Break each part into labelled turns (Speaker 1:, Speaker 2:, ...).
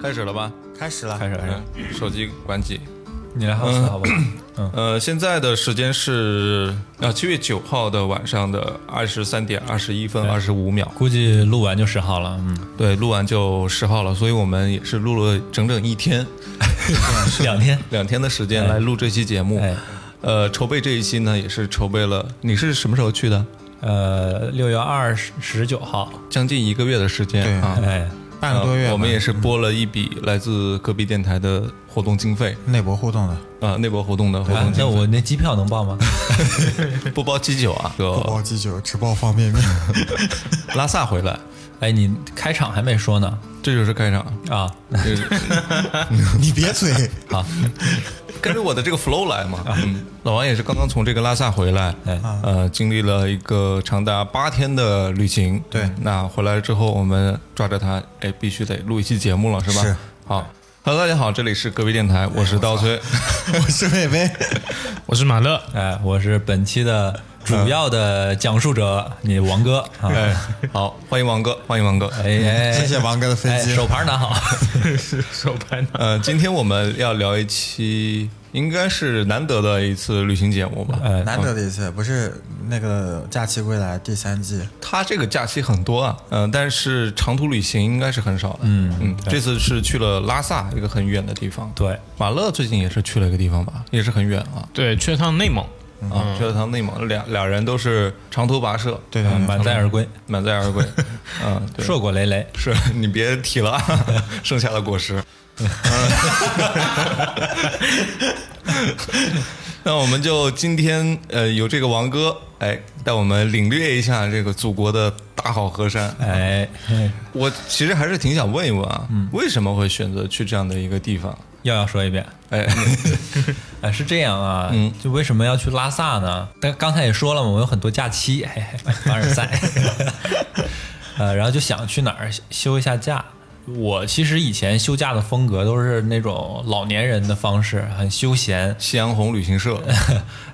Speaker 1: 开始了吧？
Speaker 2: 开始了，
Speaker 3: 开始开始，
Speaker 1: 嗯，手机关机。
Speaker 3: 你来 host 好吧？嗯，
Speaker 1: 呃，现在的时间是啊，七月九号的晚上的二十三点二十一分二十五秒。
Speaker 3: 估计录完就十号了，嗯，
Speaker 1: 对，录完就十号了，所以我们也是录了整整一天、
Speaker 3: 两天，
Speaker 1: 两天的时间来录这期节目。
Speaker 3: 哎
Speaker 1: 呃，筹备这一期呢，也是筹备了。你是什么时候去的？
Speaker 3: 呃，六月二十十九号，
Speaker 1: 将近一个月的时
Speaker 2: 对
Speaker 1: 间啊。
Speaker 3: 哎，
Speaker 2: 半个多月吧，
Speaker 1: 呃我们也是拨了一笔来自隔壁电台的活动经费
Speaker 2: 内博互动的，
Speaker 1: 啊、内部活动的活动
Speaker 3: 啊
Speaker 1: 经
Speaker 3: 那我那机票能 报吗？
Speaker 1: 费，不包鸡酒啊，
Speaker 2: 不
Speaker 1: 就
Speaker 2: 包鸡酒，只包方便面。
Speaker 1: 拉萨回来，
Speaker 3: 哎，你开场还没说呢
Speaker 1: 这就是开 场。
Speaker 3: 啊？
Speaker 1: 就是
Speaker 2: 你别嘴，
Speaker 3: 好，
Speaker 1: 跟着我的这个 flow 来嘛。
Speaker 3: 啊
Speaker 1: 嗯，老王也是刚刚从这个拉萨回来，
Speaker 3: 哎
Speaker 1: 呃，经历了一个长达八天的旅行。嗯
Speaker 2: 对
Speaker 1: 那回来之后，我们抓着他，哎，必须得录一期节目了，是吧？
Speaker 2: 是。
Speaker 1: 好，Hello，大家好，这里是隔壁电
Speaker 3: 哎
Speaker 1: 台，我是刀崔。
Speaker 2: 我是魏巍，
Speaker 4: 我是马乐，
Speaker 3: 哎，我是本期的主要的讲述者，
Speaker 2: 嗯
Speaker 3: 你王哥啊，
Speaker 1: 哎，好，欢迎王哥，欢迎王哥。
Speaker 3: 哎哎，
Speaker 2: 谢谢王哥的分
Speaker 3: 哎，
Speaker 2: 析。
Speaker 3: 手牌拿 好，
Speaker 4: 手拍呢？
Speaker 1: 呃，今天我们要聊一期，应该是难得的一次旅行节目吧。
Speaker 3: 哎，
Speaker 2: 难得的一次，不是那个《假期归来》第三季，
Speaker 1: 他这个假期很多啊，嗯、但是长途旅行应该是很少的。嗯嗯，这次是去了拉萨一个很远的地方。
Speaker 3: 对，
Speaker 1: 马乐最近也是去了一个地方吧，也是很远啊
Speaker 4: 对，去了趟内蒙，
Speaker 3: 嗯
Speaker 1: 啊，去了趟内蒙，俩俩人都是长途跋涉，
Speaker 2: 对
Speaker 3: 嗯
Speaker 2: 对对，
Speaker 3: 满载而归，
Speaker 1: 满载而 归。嗯，对，
Speaker 3: 硕果累累，
Speaker 1: 是 你别提了，啊 剩下的果实。那我们就今天呃，有这个王哥哎，带我们领略一下这个祖国的大好河山。
Speaker 3: 哎，哎
Speaker 2: 嗯
Speaker 1: 我其实还是挺想问一问啊，为什么会选择去这样的一个地方？
Speaker 3: 又要说一遍，
Speaker 1: 哎，
Speaker 3: 哎，是这样啊，
Speaker 1: 嗯
Speaker 3: 就为什么要去拉萨呢？但刚才也说了嘛，我有很多假期，嘿嘿凡尔赛， 呃，然后就想去哪儿休一下假。我其实以前休假的风格都是那种老年人的方式，很休闲，
Speaker 1: 夕阳红旅行社，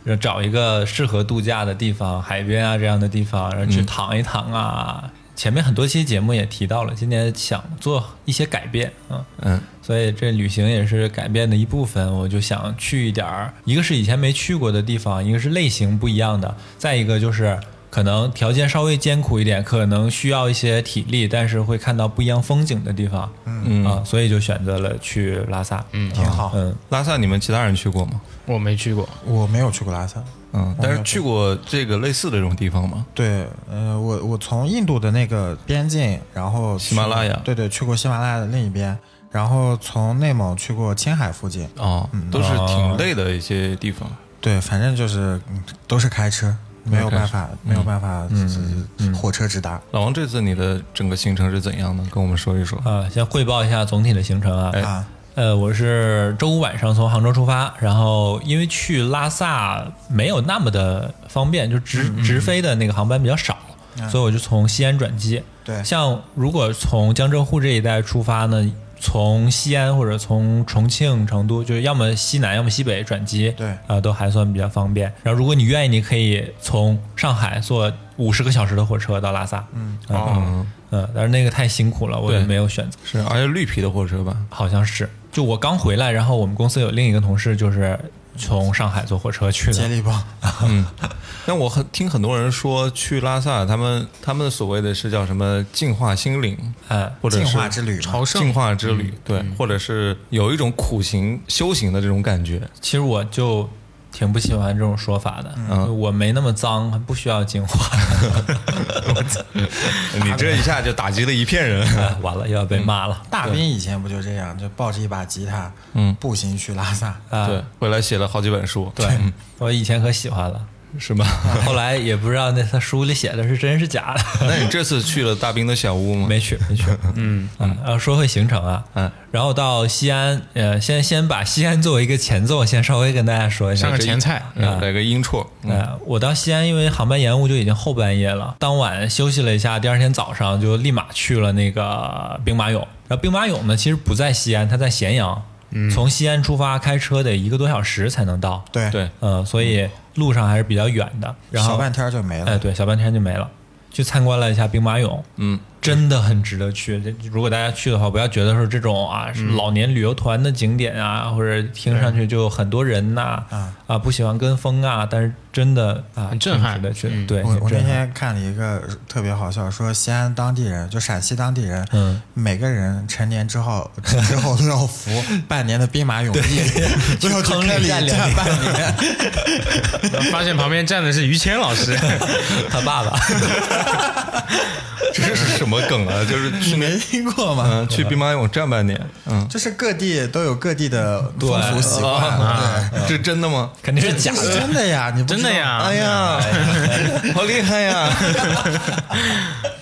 Speaker 3: 然后找一个适合度假的地方，海边啊这样的地方，然后去躺一躺啊。前面很多期节目也提到了，今年想做一些改变啊，
Speaker 1: 嗯，
Speaker 3: 所以这旅行也是改变的一部分，我就想去一点儿，一个是以前没去过的地方，一个是类型不一样的，再一个就是可能条件稍微艰苦一点，可能需要一些体力，但是会看到不一样风景的地方，嗯啊，所以就选择了去拉萨，嗯
Speaker 2: 挺好。
Speaker 3: 嗯，
Speaker 1: 拉萨你们其他人去过吗？
Speaker 4: 我 没去过，
Speaker 2: 我没有去过拉萨，
Speaker 1: 嗯，但是去过这个类似的这种地方吗？
Speaker 2: 对，呃，我我从印度的那个边境，然后去
Speaker 1: 喜马拉雅
Speaker 2: 对对，去过喜马拉雅的另一边，然后从内蒙去过青海附近，
Speaker 1: 哦，都是挺累的一些地方。
Speaker 2: 对，反正就是嗯都是开车，没有办法，没有办法，嗯，火车直达。
Speaker 1: 老王，这次你的整个行程是怎样的？跟我们说一说。
Speaker 3: 啊，先汇报一下总体的行程啊。
Speaker 2: 啊
Speaker 3: 呃，我是周五晚上从杭州出发，然后因为去拉萨没有那么的方便，就直直飞的那个航班比较少，所以我就从西安转机。
Speaker 2: 对
Speaker 3: 像如果从江浙沪这一带出发呢，从西安或者从重庆、成都，就是要么西南，要么西北转机，
Speaker 2: 对
Speaker 3: 啊、都还算比较方便。然后如果你愿意，你可以从上海坐五十个小时的火车到拉萨，嗯，
Speaker 4: 哦，
Speaker 3: 嗯，但是那个太辛苦了，我就
Speaker 1: 对
Speaker 3: 没有选择。
Speaker 1: 是，而且绿皮的火车吧？
Speaker 3: 好像是，就我刚回来，然后我们公司有另一个同事就是从上海坐火车去
Speaker 2: 接
Speaker 3: 的，
Speaker 2: 力棒，
Speaker 1: 嗯，但我很听很多人说去拉萨，他们他们所谓的是叫什么净化心灵，
Speaker 3: 哎，
Speaker 1: 或者
Speaker 2: 净
Speaker 1: 是嗯
Speaker 2: 化之旅嘛，
Speaker 4: 朝圣
Speaker 1: 净化之旅，对，或者是有一种苦行修行的这种感觉。
Speaker 3: 其实我就挺不喜欢这种说法的，
Speaker 1: 嗯
Speaker 3: 我没那么脏，不需要净 化。
Speaker 1: 你这一下就打击了一片人。
Speaker 3: 哎完了又要被骂了，
Speaker 2: 大兵以前不就这样，就抱着一把吉他，
Speaker 1: 嗯
Speaker 2: 步行去拉萨。
Speaker 3: 啊
Speaker 1: 对，回来写了好几本书，
Speaker 3: 对，我以前可喜欢了，
Speaker 1: 是吗？
Speaker 3: 后来也不知道那他书里写的是真是假的，
Speaker 1: 那你这次去了大兵的小屋吗？
Speaker 3: 没去没去。嗯啊，然后说回行程啊，
Speaker 1: 嗯，
Speaker 3: 然后到西安，呃，先先把西安作为一个前奏，先稍微跟大家说一下，
Speaker 4: 上个
Speaker 3: 这一
Speaker 4: 前菜，
Speaker 1: 嗯来个阴错，嗯
Speaker 3: 哎，我到西安，因为航班延误就已经后半夜了。当晚休息了一下，第二天早上就立马去了那个兵马俑。然后兵马俑呢，其实不在西安，它在咸阳。从西安出发，开车得一个多小时才能到。，
Speaker 2: 对，
Speaker 1: 对，
Speaker 3: 嗯，所以路上还是比较远的。然后哎
Speaker 2: 小半天就没了。
Speaker 3: 哎，对，小半天就没了。去参观了一下兵马俑，
Speaker 1: 嗯，
Speaker 3: 真的很值得去。这如果大家去的话，不要觉得说这种啊
Speaker 4: 嗯
Speaker 3: 是老年旅游团的景点啊，或者听上去就有很多人呐啊不喜欢跟风啊，但是真的啊
Speaker 4: 嗯很震撼
Speaker 3: 挺值得去的。
Speaker 4: 嗯
Speaker 3: 对，
Speaker 2: 我我那
Speaker 3: 真的
Speaker 2: 天看了一个特别好笑，说西安当地人，就陕西当地人，
Speaker 3: 嗯
Speaker 2: 每个人成年之后之后都要 服半年的兵马俑役，都 要去
Speaker 3: 坑里
Speaker 2: 坑里
Speaker 3: 站两
Speaker 2: 站
Speaker 3: 年
Speaker 2: 半年。
Speaker 4: 发现旁边站的是于谦 老师，
Speaker 3: 他 爸爸
Speaker 1: 这是什么梗 啊？就是去没
Speaker 2: 听过吗？
Speaker 1: 嗯去兵马俑站半年，嗯，
Speaker 2: 就是各地都有各地的风俗习惯，
Speaker 1: 啊这真的吗？
Speaker 3: 肯定是假
Speaker 2: 对，是
Speaker 3: 的。
Speaker 2: 真的呀，你不知道
Speaker 4: 真的呀
Speaker 1: 哎呀， 好厉害呀！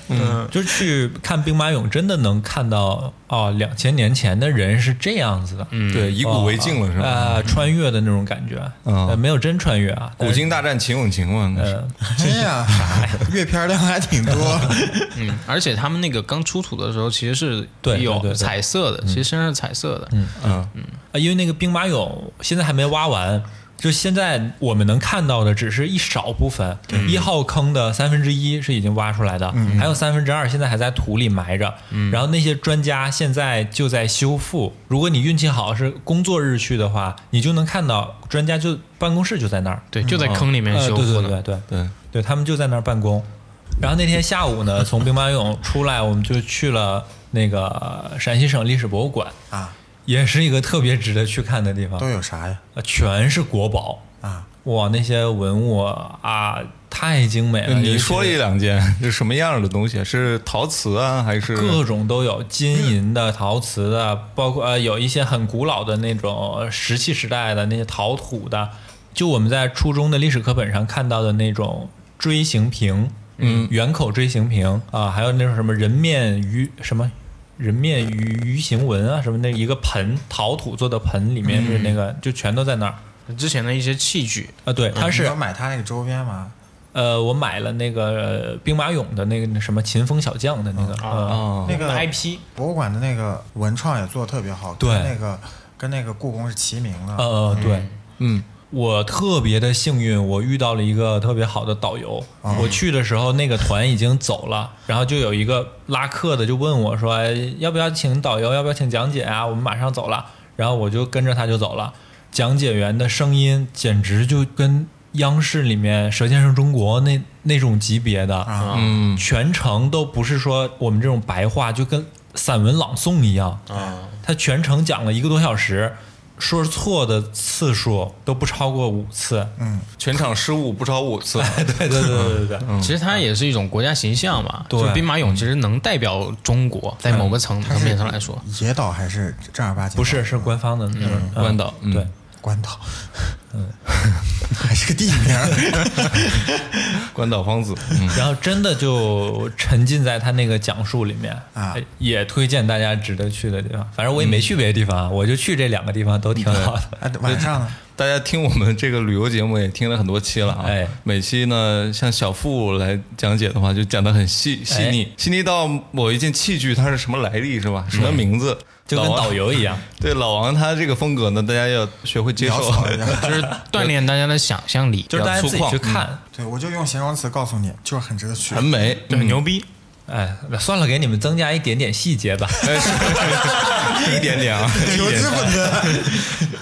Speaker 1: 嗯
Speaker 3: 就是去看兵马俑，真的能看到哦，两千年前的人是这样子的，嗯，
Speaker 1: 对，以古为镜了是吧？
Speaker 3: 啊、穿越的那种感觉，
Speaker 1: 嗯
Speaker 3: 呃没有真穿越啊，
Speaker 1: 古今大战秦俑情嘛，那是
Speaker 3: 呃，
Speaker 2: 真呀， 阅片量还挺 多。
Speaker 4: 嗯，而且他们那个刚出土的时候其实是
Speaker 3: 对对对嗯
Speaker 4: 有
Speaker 3: 对
Speaker 4: 彩色的，其实身上是彩色的，嗯，
Speaker 1: 嗯，
Speaker 3: 啊，因为那个兵马俑现在还没挖完，就现在我们能看到的只是一少部分，
Speaker 4: 嗯
Speaker 3: 一号坑的三分之一是已经挖出来的，还有三分之二现在还在土里埋着。
Speaker 4: 嗯
Speaker 3: 然后那些专家现在就在修复，如果你运气好是工作日去的话，你就能看到专家就办公室就在那儿，
Speaker 4: 对，就在坑里面
Speaker 3: 呃
Speaker 4: 修
Speaker 3: 对
Speaker 4: 复
Speaker 3: 对
Speaker 4: 的，
Speaker 3: 对对
Speaker 1: 对，
Speaker 3: 对他们就在那儿办公。然后那天下午呢，从兵马俑出来，我们就去了那个陕西省历史博物馆，
Speaker 2: 啊，
Speaker 3: 也是一个特别值得去看的地方
Speaker 2: 都，有啥呀？
Speaker 3: 呃全是国宝。
Speaker 2: 啊，
Speaker 3: 哇，那些文物啊，太精美了！
Speaker 1: 嗯你
Speaker 3: 尤其
Speaker 1: 说一两件，是什么样的东西？是陶瓷啊，还是
Speaker 3: 嗯各种都有，金银的、陶瓷的，包括呃有一些很古老的那种石器时代的那些陶土的，就我们在初中的历史课本上看到的那种锥形瓶，嗯，圆口锥形瓶啊、还有那种什么人面鱼什么。人面鱼鱼形纹啊，什么那一个盆陶土做的盆里
Speaker 1: 嗯
Speaker 3: 面是那个，就全都在那儿
Speaker 4: 之前的一些器具，
Speaker 3: 啊。
Speaker 1: 嗯
Speaker 3: 对，它
Speaker 2: 你
Speaker 3: 是
Speaker 2: 有买他那个周边吗？
Speaker 3: 呃，我买了那个呃兵马俑的那个那什么秦风小将的那个呃
Speaker 1: 哦
Speaker 2: 那个
Speaker 4: IP
Speaker 2: 博物馆的那个文创也做的特别好，
Speaker 3: 对
Speaker 2: 跟那个跟那个故宫是齐名的。
Speaker 3: 呃对，
Speaker 1: 嗯，
Speaker 3: 我特别的幸运，我遇到了一个特别好的导游。
Speaker 1: 啊
Speaker 3: 我去的时候，那个团已经走了，然后就有一个拉客的就问我说：“哎要不要请导游？要不要请讲解啊？我们马上走了。”然后我就跟着他就走了。讲解员的声音简直就跟央视里面《舌尖上中国那》那种级别的，
Speaker 2: 啊
Speaker 1: 嗯
Speaker 3: 全程都不是说我们这种白话，就跟散文朗诵一样。
Speaker 4: 啊，
Speaker 3: 他全程讲了一个多小时，说错的次数都不超过五次。
Speaker 2: 嗯，
Speaker 1: 全场失误不超五次，
Speaker 3: 对对对对对
Speaker 1: 嗯
Speaker 3: 对，
Speaker 4: 其实它也是一种国家形象嘛，
Speaker 3: 嗯对嗯
Speaker 4: 就兵马俑其实能代表中国，在某个层层面上来说，
Speaker 2: 野岛还是正儿八经？
Speaker 3: 不是，是官方的那种
Speaker 1: 关岛嗯
Speaker 3: 对，
Speaker 2: 关岛，嗯， 还是个地 名儿。
Speaker 1: 关岛芳子，嗯，
Speaker 3: 然后真的就沉浸在他那个讲述里面
Speaker 2: 啊
Speaker 3: 也推荐大家值得去的地方。反正我也没去别的地
Speaker 1: 嗯
Speaker 3: 方，我就去这两个地方都挺好的。
Speaker 2: 哎，晚上呢？
Speaker 1: 大家听我们这个旅游节目也听了很多期了啊，
Speaker 3: 哎
Speaker 1: 每期呢，像小付来讲解的话，就讲得很细细
Speaker 3: 哎
Speaker 1: 腻，细腻到某一件器具它是什么来历是吧？什么名字？
Speaker 3: 嗯就跟
Speaker 1: 老王
Speaker 3: 导游一样，
Speaker 1: 对老王他这个风格呢，大家要学会接
Speaker 2: 潦
Speaker 1: 受。
Speaker 2: 草一点。
Speaker 4: 就是锻炼大家的想象力，
Speaker 3: 就是大家
Speaker 1: 比较粗
Speaker 3: 自己去
Speaker 1: 犷
Speaker 3: 看。
Speaker 2: 对，我就用形容词告诉你，就是很值得去
Speaker 1: 很。 美，
Speaker 4: 对，很牛逼，
Speaker 1: 嗯
Speaker 3: 哎，那算了，给你们增加一点点细节吧。
Speaker 1: 一点点 啊，
Speaker 2: 有资本的，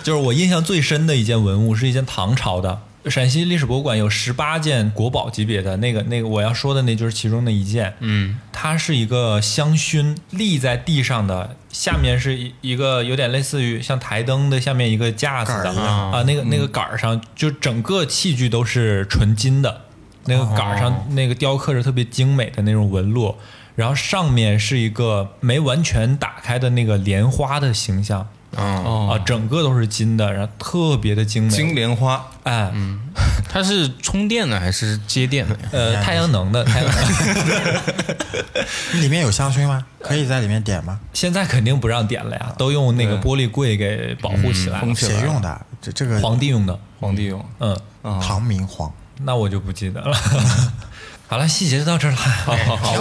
Speaker 3: 就是我印象最深的一件文物是一件唐朝的。陕西历史博物馆有十八件国宝级别的那个那个我要说的那就是其中的一件，嗯，它是一个香薰立在地上的，下面是一一个有点类似于像台灯的下面一个架子
Speaker 2: 杆
Speaker 3: 的
Speaker 2: 儿一
Speaker 3: 啊、
Speaker 4: 样
Speaker 3: 那个那个杆儿上就整个器具都是纯金的，那个杆儿上那个雕刻着特别精美的那种纹路，然后上面是一个没完全打开的那个莲花的形象，
Speaker 4: 嗯，
Speaker 3: 啊，整个都是金的，然后特别的精美。
Speaker 1: 金莲花，
Speaker 3: 哎，
Speaker 4: 它是充电的还是接电的呀？
Speaker 3: 呃，太阳能 的，太阳能
Speaker 2: 里面有香薰吗？可以在里面点吗？
Speaker 3: 现在肯定不让点了呀，都用那个玻璃柜给保护起来了嗯
Speaker 1: 封。起
Speaker 2: 谁
Speaker 1: 来。
Speaker 2: 用的？啊这这个
Speaker 3: 皇帝用的，
Speaker 1: 皇帝用，
Speaker 3: 嗯，
Speaker 2: 唐明
Speaker 3: 哦
Speaker 2: 皇，
Speaker 3: 那我就不记得了。 好了，细节就到这儿了。好好
Speaker 2: 哎
Speaker 3: 好哦哎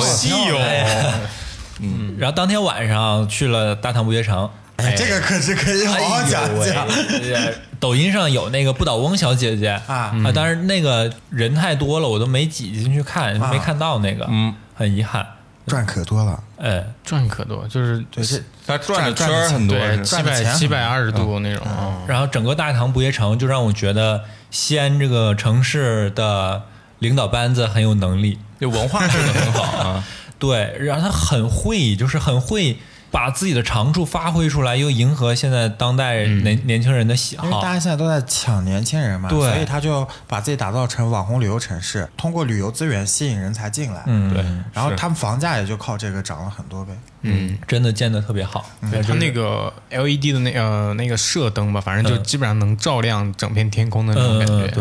Speaker 3: 嗯
Speaker 4: 稀有，
Speaker 3: 然后当天晚上去了大唐不夜城，
Speaker 2: 哎，这个可是可以好好讲
Speaker 3: 哎呦喂
Speaker 2: 讲。
Speaker 3: 呃抖音上有那个不倒翁小姐姐
Speaker 2: 啊
Speaker 3: 啊，但啊嗯是那个人太多了，我都没挤进去看，没看到那个，嗯，很遗憾。
Speaker 2: 赚可多了。
Speaker 3: 哎，
Speaker 4: 赚可多，就是
Speaker 2: 对，这
Speaker 1: 它转的
Speaker 2: 转
Speaker 1: 圈儿很多，
Speaker 4: 对
Speaker 1: 是
Speaker 4: 七
Speaker 2: 赚的
Speaker 4: 百
Speaker 2: 钱很
Speaker 4: 七百二十度那种，哦
Speaker 3: 然后整个大唐不夜城就让我觉得西安这个城市的领导班子很有能力，
Speaker 1: 就文化做的很好啊。
Speaker 3: 对，然后他很会，就是很会把自己的长处发挥出来，又迎合现在当代年、年轻人的喜
Speaker 2: 因为大
Speaker 3: 好。
Speaker 2: 家现在都在抢年轻人嘛，
Speaker 3: 对
Speaker 2: 所以他就把自己打造成网红旅游城市，通过旅游资源吸引人才进来。
Speaker 3: 嗯，
Speaker 1: 对，
Speaker 2: 然后
Speaker 1: 是
Speaker 2: 他们房价也就靠这个涨了很多呗。
Speaker 4: 嗯，
Speaker 3: 真的建的特别好。
Speaker 4: 对，它那个 LED 的那呃那个射灯吧，反正就基本上能照亮整片天空的那种感
Speaker 3: 嗯嗯嗯嗯
Speaker 4: 觉，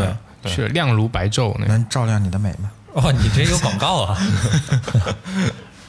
Speaker 3: 对
Speaker 4: 是亮如白昼那种。
Speaker 2: 能照亮你的美吗？
Speaker 3: 哇、哦你这个广告 啊！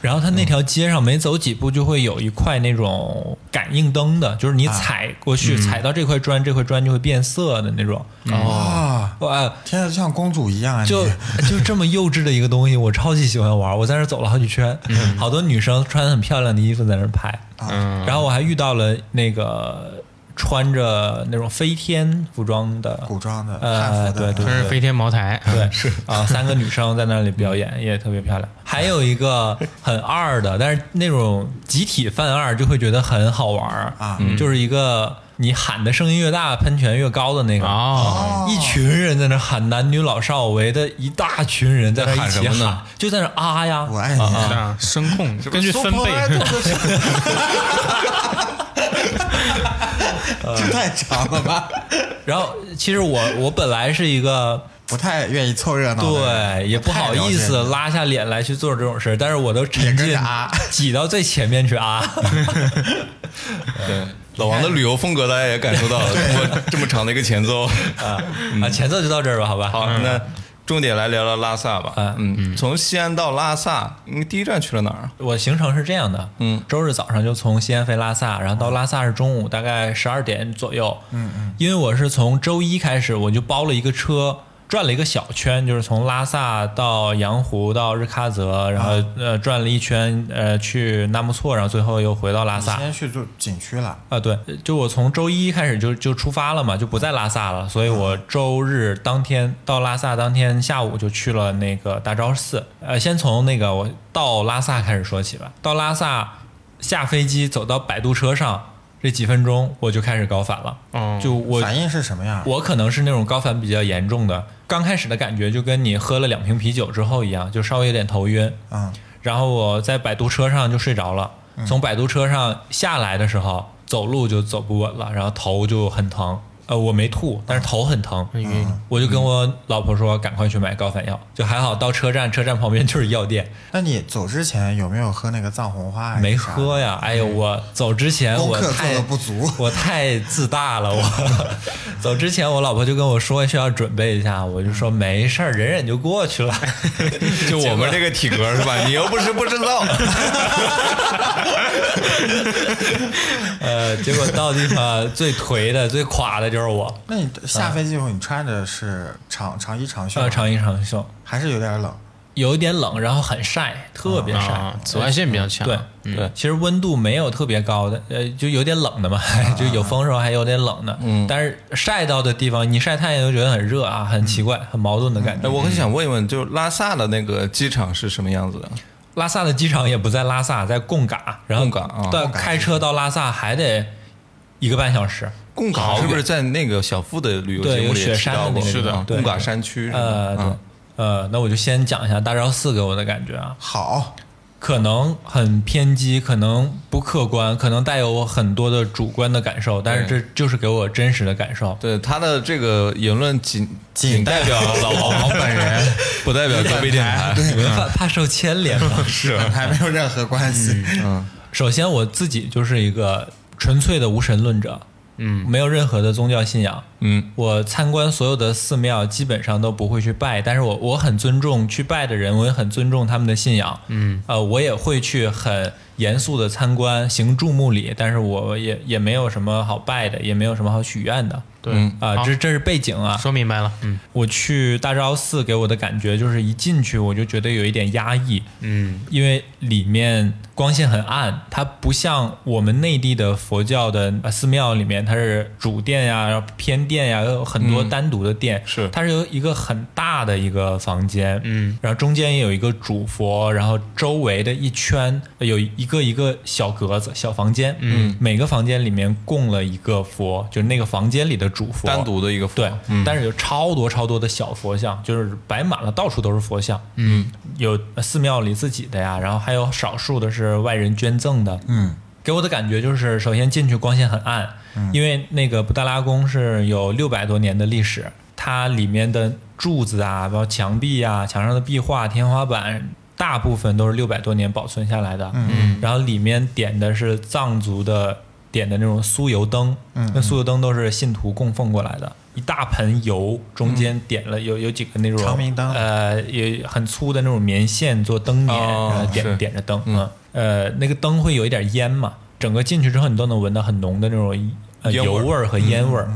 Speaker 3: 然后它那条街上每走几步就会有一块那种感应灯的，就是你踩过去，踩到这块砖，这块砖就会变色的那种。
Speaker 2: 嗯哇，
Speaker 3: 哇，
Speaker 2: 天呐，就像公主一样啊！
Speaker 3: 哦 就
Speaker 2: 你
Speaker 3: 就这么幼稚的一个东西，我超级喜欢玩。我在那儿走了好几圈，
Speaker 2: 嗯
Speaker 3: 好多女生穿很漂亮的衣服在那儿拍，
Speaker 4: 嗯，
Speaker 3: 然后我还遇到了那个穿着那种飞天服装的
Speaker 2: 古装的汉
Speaker 3: 呃，
Speaker 2: 服的
Speaker 3: 对对
Speaker 4: 穿
Speaker 3: 对
Speaker 4: 着飞天茅台，
Speaker 3: 对，是啊，三个女生在那里表演也特别漂亮，还有一个很二的，但是那种集体犯二就会觉得很好玩儿
Speaker 2: 啊
Speaker 3: 就是一个你喊的声音越大，喷泉越高的那个
Speaker 2: 啊
Speaker 4: 哦，
Speaker 3: 啊一群人在那喊，男女老少围的一大群人在那一起
Speaker 1: 在喊什么
Speaker 3: 喊
Speaker 1: 呢，
Speaker 3: 就在那啊呀，
Speaker 2: 我爱你
Speaker 4: 是啊，声
Speaker 3: 嗯
Speaker 4: 控根据分贝，
Speaker 3: 嗯
Speaker 2: 这太长了吧？
Speaker 3: 然后其实我我本来是一个。
Speaker 2: 不太愿意凑热闹的人，
Speaker 3: 对，也不好意
Speaker 2: 啊太了
Speaker 3: 思
Speaker 2: 解
Speaker 3: 拉下脸来去做这种事儿，但是我都沉
Speaker 2: 也跟
Speaker 3: 浸
Speaker 2: 着啊
Speaker 3: 挤到最前面去 啊。
Speaker 1: 对老王的旅游风格，大家也感受到了，通过这么长的一个前奏。
Speaker 3: 啊
Speaker 2: 嗯
Speaker 3: 啊，前奏就到这儿吧，好吧？
Speaker 1: 好，那重点来聊聊拉萨吧
Speaker 3: 啊。
Speaker 1: 嗯，从西安到拉萨，你第一站去了哪儿啊？
Speaker 3: 我行程是这样的，
Speaker 1: 嗯，
Speaker 3: 周日早上就从西安飞拉萨，然后到拉萨是中午大概十二点左右，嗯嗯，因为我是从周一开始我就包了一个车。转了一个小圈，就是从拉萨到羊湖到日喀则，然后、呃转了一圈，呃去纳木错，然后最后又回到拉萨
Speaker 2: 你。先去做景区了。
Speaker 3: 啊，对，就我从周一开始就就出发了嘛，就不在拉萨了，所以我周日当天到拉萨当天下午就去了那个大昭寺。呃，先从那个我到拉萨开始说起吧。到拉萨下飞机走到摆渡车上这几分钟，我就开始高反了。
Speaker 4: 哦
Speaker 3: 就我
Speaker 2: 反应是什么样？
Speaker 3: 我可能是那种高反比较严重的，刚开始的感觉就跟你喝了两瓶啤酒之后一样，就稍微有点头晕。
Speaker 2: 嗯，
Speaker 3: 然后我在摆渡车上就睡着了。从摆渡车上下来的时候，走路就走不稳了，然后头就很疼。呃，我没吐，但是头很疼，
Speaker 2: 嗯
Speaker 4: 晕
Speaker 1: 嗯
Speaker 3: 我就跟我老婆说，赶快去买高反药。就还好，到车站，车站旁边就是药店，
Speaker 2: 那你走之前有没有喝那个藏红花？啊
Speaker 3: 没喝，呀。哎呦，我走之前
Speaker 2: 功
Speaker 3: 我
Speaker 2: 课做
Speaker 3: 太
Speaker 2: 的不足。
Speaker 3: 我太自大了， 我走之前我老婆就跟我说需要准备一下，我就说
Speaker 2: 嗯
Speaker 3: 没事儿，忍忍就过去了。
Speaker 1: 就我们这个体格是吧？你又不是不知道。
Speaker 3: 呃，结果到地方最颓的、最垮的就是我，
Speaker 2: 那你下飞机以后，你穿的是长长衣长袖吗
Speaker 3: 呃，，长衣长袖，
Speaker 2: 还是有点冷？
Speaker 3: 有一点冷，然后很晒，特别晒。
Speaker 4: 啊，紫外线比较强，
Speaker 3: 对
Speaker 1: 嗯
Speaker 3: 对，其实温度没有特别高的，呃，就有点冷的嘛，
Speaker 1: 啊
Speaker 3: 就有风的时候还有点冷的。嗯，但是晒到的地方，你晒太阳又觉得很热啊，很奇怪，很矛盾的感觉
Speaker 1: 哎，。我很想问一问，就拉萨的那个机场是什么样子的？
Speaker 3: 拉萨的机场也不在拉萨，在贡嘎，然后
Speaker 1: 贡嘎啊
Speaker 3: 到开车到拉萨还得一个半小时。
Speaker 1: 贡嘎是不是在那个小富的旅游节目里也提到过？
Speaker 3: 对有雪山的那个地方
Speaker 1: 啊
Speaker 3: 对
Speaker 1: 贡嘎山区是吧。
Speaker 3: 呃，对
Speaker 1: 啊，
Speaker 3: 呃，那我就先讲一下大昭寺给我的感觉啊，
Speaker 2: 好，
Speaker 3: 可能很偏激，可能不客观，可能带有很多的主观的感受，但是
Speaker 1: 对
Speaker 3: 这就是给我真实的感受。
Speaker 1: 对他的这个言论仅仅代表老王本人，不代表隔壁电台。
Speaker 3: 你们怕怕受牵连吗？
Speaker 1: 是，
Speaker 2: 还没有任何关系。
Speaker 1: 嗯，
Speaker 3: 首先我自己就是一个纯粹的无神论者，嗯，没有任何的宗教信仰，
Speaker 1: 嗯，
Speaker 3: 我参观所有的寺庙基本上都不会去拜，但是我我很尊重去拜的人，我也很尊重他们的信仰，嗯，呃，我也会去很严肃的参观，行注目礼，但是我也也没有什么好拜的，也没有什么好许愿的。
Speaker 4: 对
Speaker 1: 嗯
Speaker 3: 啊，
Speaker 4: 好
Speaker 3: 这这是背景啊。
Speaker 4: 说明白了，嗯
Speaker 3: 我去大昭寺给我的感觉就是一进去我就觉得有一点压抑，
Speaker 4: 嗯
Speaker 3: 因为里面光线很暗，它不像我们内地的佛教的呃寺庙里面，它是主殿呀、然后偏殿呀，有很多单独的殿，
Speaker 1: 嗯是
Speaker 3: 它是有一个很大的一个房间，
Speaker 4: 嗯，
Speaker 3: 然后中间也有一个主佛，然后周围的一圈呃有一个一个小格子、小房间，嗯，每个房间里面供了一个佛，就是那个房间里的主佛，
Speaker 1: 单独的一个佛
Speaker 3: 对，
Speaker 1: 嗯
Speaker 3: 但是有超多超多的小佛像，就是摆满了，到处都是佛像。嗯，有寺庙里自己的呀，然后还有少数的是外人捐赠的。嗯，给我的感觉就是，首先进去光线很暗，因为那个布达拉宫是有六百多年的历史，它里面的柱子啊，包括墙壁啊、墙上的壁画、天花板。大部分都是六百多年保存下来的，嗯，然后里面点的是藏族的点的那种酥油灯，嗯，那酥油灯都是信徒供奉过来的，一大盆油，中间点了有有几个那种
Speaker 2: 长明灯
Speaker 3: 呃，也很粗的那种棉线做灯捻，
Speaker 1: 哦
Speaker 3: 然后点
Speaker 1: 是
Speaker 3: 点着灯，嗯，呃，那个灯会有一点烟嘛，整个进去之后你都能闻到很浓的那种呃
Speaker 1: 烟味
Speaker 3: 油
Speaker 1: 儿
Speaker 3: 味儿嗯和烟味儿，